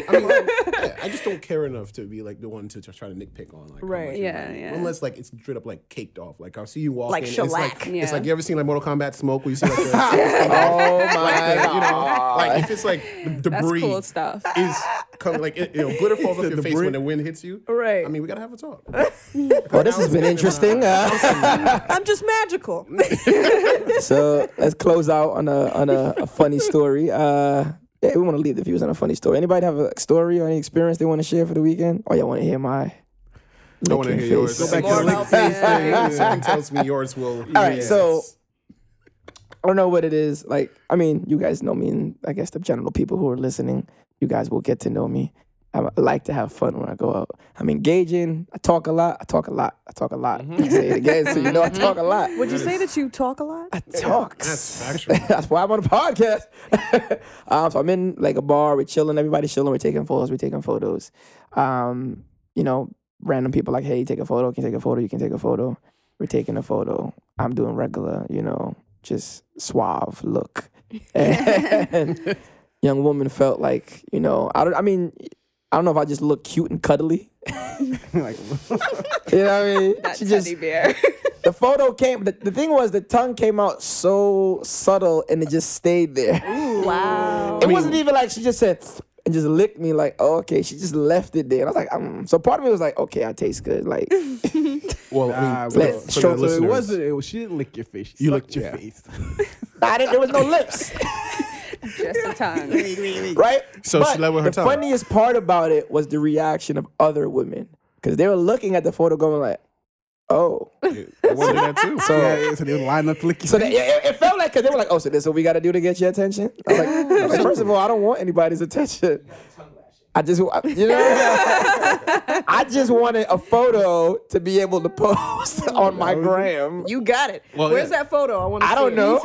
[SPEAKER 1] I just don't care enough to be like the one to try to nitpick on. Like, how
[SPEAKER 3] Right.
[SPEAKER 1] much you
[SPEAKER 2] Yeah,
[SPEAKER 1] like.
[SPEAKER 2] yeah.
[SPEAKER 1] Unless like it's straight up like caked off. Like I'll see you walk
[SPEAKER 3] Like
[SPEAKER 1] in, and It's like,
[SPEAKER 3] shellac.
[SPEAKER 1] it's
[SPEAKER 2] Yeah.
[SPEAKER 1] like you ever seen like Mortal Kombat smoke where you see like the,
[SPEAKER 4] oh my
[SPEAKER 1] like, the, you know,
[SPEAKER 4] god
[SPEAKER 1] like if it's like the
[SPEAKER 2] That's
[SPEAKER 1] debris
[SPEAKER 2] cool stuff.
[SPEAKER 1] is coming, like it, you know, glitter falls off your face when the wind hits you.
[SPEAKER 3] Right.
[SPEAKER 1] I mean, we gotta have a talk.
[SPEAKER 4] well Oh, this has been interesting uh,
[SPEAKER 3] I'm just magical.
[SPEAKER 4] so let's close out on a on a, a funny story. Uh, yeah, we want to leave the viewers on a funny story. Anybody have a story or any experience they want to share for the weekend? Oh, y'all want to hear my?
[SPEAKER 1] I want to
[SPEAKER 4] licking
[SPEAKER 1] hear yours. Go
[SPEAKER 4] face?
[SPEAKER 1] back to
[SPEAKER 3] More
[SPEAKER 1] the link
[SPEAKER 3] about
[SPEAKER 1] face
[SPEAKER 3] that.
[SPEAKER 1] thing. Something tells me yours will. All
[SPEAKER 4] right, so- I don't know what it is. Like, I mean, you guys know me, and I guess the general people who are listening, you guys will get to know me. I I like to have fun when I go out. I'm engaging. I talk a lot. I talk a lot. I talk a lot.
[SPEAKER 1] Mm-hmm.
[SPEAKER 4] I say it again, so you know I talk a lot.
[SPEAKER 3] Would you say that you talk a lot?
[SPEAKER 4] talks.
[SPEAKER 1] that's factual.
[SPEAKER 4] That's why I'm on a podcast. um, so I'm in like a bar. We're chilling. Everybody's chilling. We're taking photos. We're taking photos. Um, you know, random people like, hey, take a photo. Can you take a photo? You can take a photo. We're taking a photo. I'm doing regular. You know, just suave look. And young woman felt like, you know, I don't. I mean, I don't know if I just look cute and cuddly.
[SPEAKER 5] like,
[SPEAKER 4] You know what I mean?
[SPEAKER 2] That's
[SPEAKER 4] she just
[SPEAKER 2] teddy bear.
[SPEAKER 4] the photo came. The, the thing was, the tongue came out so subtle, and it just stayed there.
[SPEAKER 3] Wow.
[SPEAKER 4] It wasn't even like she just said and just licked me like, oh, okay. She just left it there. And I was like, um. So part of me was like, okay, I taste good. Like,
[SPEAKER 1] Well, I
[SPEAKER 5] Nah,
[SPEAKER 1] mean, for,
[SPEAKER 4] let's
[SPEAKER 1] the- for
[SPEAKER 4] show-
[SPEAKER 1] the
[SPEAKER 4] so
[SPEAKER 5] So
[SPEAKER 1] listeners,
[SPEAKER 5] it wasn't. It was, she didn't lick your face. She
[SPEAKER 1] You licked-
[SPEAKER 5] sucked your
[SPEAKER 1] yeah.
[SPEAKER 5] face.
[SPEAKER 4] I didn't, there was no lips,
[SPEAKER 2] Just a tongue.
[SPEAKER 4] right?
[SPEAKER 1] So she left with her
[SPEAKER 4] The
[SPEAKER 1] tongue.
[SPEAKER 4] funniest part about it was the reaction of other women because they were looking at the photo, going like, oh.
[SPEAKER 1] I wonder that too.
[SPEAKER 4] So
[SPEAKER 5] yeah, yeah, so they would line up to lick your
[SPEAKER 4] So
[SPEAKER 5] face.
[SPEAKER 4] that, it, it felt like because they were like, "Oh, so this is what we got to do to get your attention." I was like, I was like, first of all, I don't want anybody's attention. I just, wa- you know, what I'm saying? I just wanted a photo to be able to post on my gram.
[SPEAKER 3] You got it.
[SPEAKER 1] Well,
[SPEAKER 3] Where's
[SPEAKER 1] yeah.
[SPEAKER 3] that photo? I want to
[SPEAKER 4] I don't know.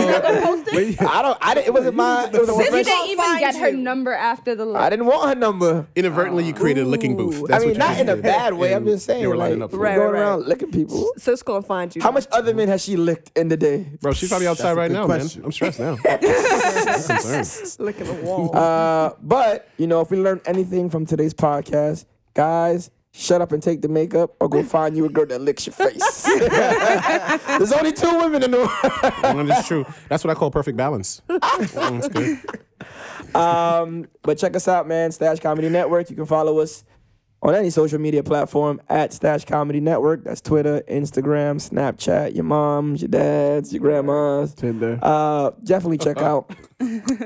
[SPEAKER 4] I don't. I didn't. It wasn't my. It was a
[SPEAKER 2] Sis
[SPEAKER 4] professional-
[SPEAKER 2] didn't even
[SPEAKER 3] find
[SPEAKER 2] get her
[SPEAKER 3] you.
[SPEAKER 2] number after the
[SPEAKER 4] I
[SPEAKER 2] lick.
[SPEAKER 4] didn't want her number.
[SPEAKER 1] Inadvertently, you created a licking booth.
[SPEAKER 4] I
[SPEAKER 1] That's what
[SPEAKER 4] mean,
[SPEAKER 1] you
[SPEAKER 4] not
[SPEAKER 1] just
[SPEAKER 4] in a
[SPEAKER 1] did.
[SPEAKER 4] bad way. I'm
[SPEAKER 1] And
[SPEAKER 4] just saying,
[SPEAKER 1] They were lining
[SPEAKER 4] like,
[SPEAKER 1] up for
[SPEAKER 3] Right,
[SPEAKER 1] it.
[SPEAKER 4] going
[SPEAKER 3] right.
[SPEAKER 4] around licking people.
[SPEAKER 3] Sis gonna find you.
[SPEAKER 4] How much other men has she licked in the day?
[SPEAKER 1] Bro, she's probably outside
[SPEAKER 5] a
[SPEAKER 1] right
[SPEAKER 5] good
[SPEAKER 1] now,
[SPEAKER 5] question.
[SPEAKER 1] man. I'm stressed now. I'm concerned.
[SPEAKER 3] Look at the wall.
[SPEAKER 4] Uh, but you know, if we learned anything from today's podcast, guys, shut up and take the makeup, or go find you a girl that licks your face. There's only two women in the world.
[SPEAKER 1] And It's true. That's what I call perfect balance. That's good.
[SPEAKER 4] Um, but check us out, man. Stash Comedy Network. You can follow us on any social media platform at Stash Comedy Network. That's Twitter, Instagram, Snapchat. Your moms, your dads, your grandmas.
[SPEAKER 5] Tinder.
[SPEAKER 4] Uh, definitely check out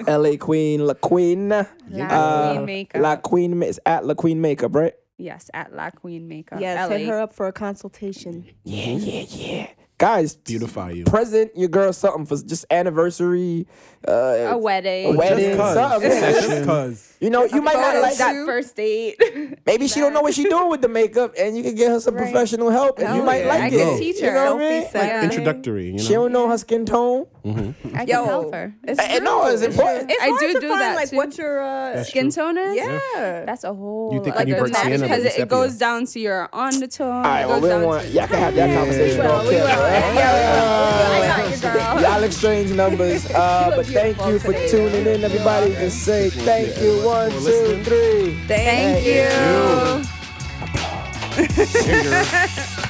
[SPEAKER 4] L.A. Queen La Queen.
[SPEAKER 2] La
[SPEAKER 4] Uh,
[SPEAKER 2] Queen Makeup.
[SPEAKER 4] La Queen Ma- it's at La Queen Makeup, right?
[SPEAKER 2] yes, at La Queen Makeup.
[SPEAKER 3] yes,
[SPEAKER 2] LA.
[SPEAKER 3] hit her up for a consultation.
[SPEAKER 4] Yeah, yeah, yeah. Guys,
[SPEAKER 1] Beautify you.
[SPEAKER 4] present your girl something for just anniversary, uh,
[SPEAKER 2] A wedding.
[SPEAKER 4] a wedding,
[SPEAKER 5] Just 'cause.
[SPEAKER 4] something.
[SPEAKER 5] Yeah,
[SPEAKER 4] Just-
[SPEAKER 5] just cause.
[SPEAKER 4] you know, you might not
[SPEAKER 2] Photos
[SPEAKER 4] like
[SPEAKER 2] that
[SPEAKER 4] that.
[SPEAKER 2] first date.
[SPEAKER 4] Maybe she don't know what she's doing with the makeup, and you can get her some
[SPEAKER 2] Right.
[SPEAKER 4] professional help, and you
[SPEAKER 2] Hell
[SPEAKER 4] might
[SPEAKER 2] yeah.
[SPEAKER 4] like
[SPEAKER 2] I
[SPEAKER 4] it.
[SPEAKER 2] can teach
[SPEAKER 4] You
[SPEAKER 2] her.
[SPEAKER 4] know what I
[SPEAKER 3] Selfie
[SPEAKER 4] mean?
[SPEAKER 3] session.
[SPEAKER 2] Yeah.
[SPEAKER 1] Introductory, you
[SPEAKER 4] She
[SPEAKER 1] know.
[SPEAKER 4] don't know her skin tone.
[SPEAKER 2] I can
[SPEAKER 3] Yo.
[SPEAKER 2] help her. It's
[SPEAKER 4] And no, it's important.
[SPEAKER 3] It's
[SPEAKER 2] I
[SPEAKER 3] hard
[SPEAKER 2] do
[SPEAKER 3] to
[SPEAKER 2] do
[SPEAKER 3] find,
[SPEAKER 2] that,
[SPEAKER 3] Like
[SPEAKER 2] too.
[SPEAKER 3] what your uh,
[SPEAKER 2] Skin tone is?
[SPEAKER 3] yeah.
[SPEAKER 2] That's a whole
[SPEAKER 1] You think
[SPEAKER 2] other
[SPEAKER 1] when you burnt
[SPEAKER 2] matter
[SPEAKER 1] sienna,
[SPEAKER 2] because
[SPEAKER 1] it's
[SPEAKER 2] it, it goes
[SPEAKER 1] sepia.
[SPEAKER 2] down to your undertone.
[SPEAKER 4] All right,
[SPEAKER 2] it
[SPEAKER 4] well,
[SPEAKER 2] goes
[SPEAKER 4] we
[SPEAKER 2] down
[SPEAKER 4] don't want y'all can have that conversation
[SPEAKER 2] will,
[SPEAKER 4] off
[SPEAKER 2] we
[SPEAKER 4] camera.
[SPEAKER 2] will.
[SPEAKER 4] right?
[SPEAKER 2] Yeah, we will. I got you, girl.
[SPEAKER 4] Y'all exchange numbers, uh,
[SPEAKER 2] look
[SPEAKER 4] but thank you
[SPEAKER 2] beautiful
[SPEAKER 4] for
[SPEAKER 2] today,
[SPEAKER 4] tuning in, everybody. Just say thank you. One, two, three.
[SPEAKER 2] Thank you.
[SPEAKER 1] Finger.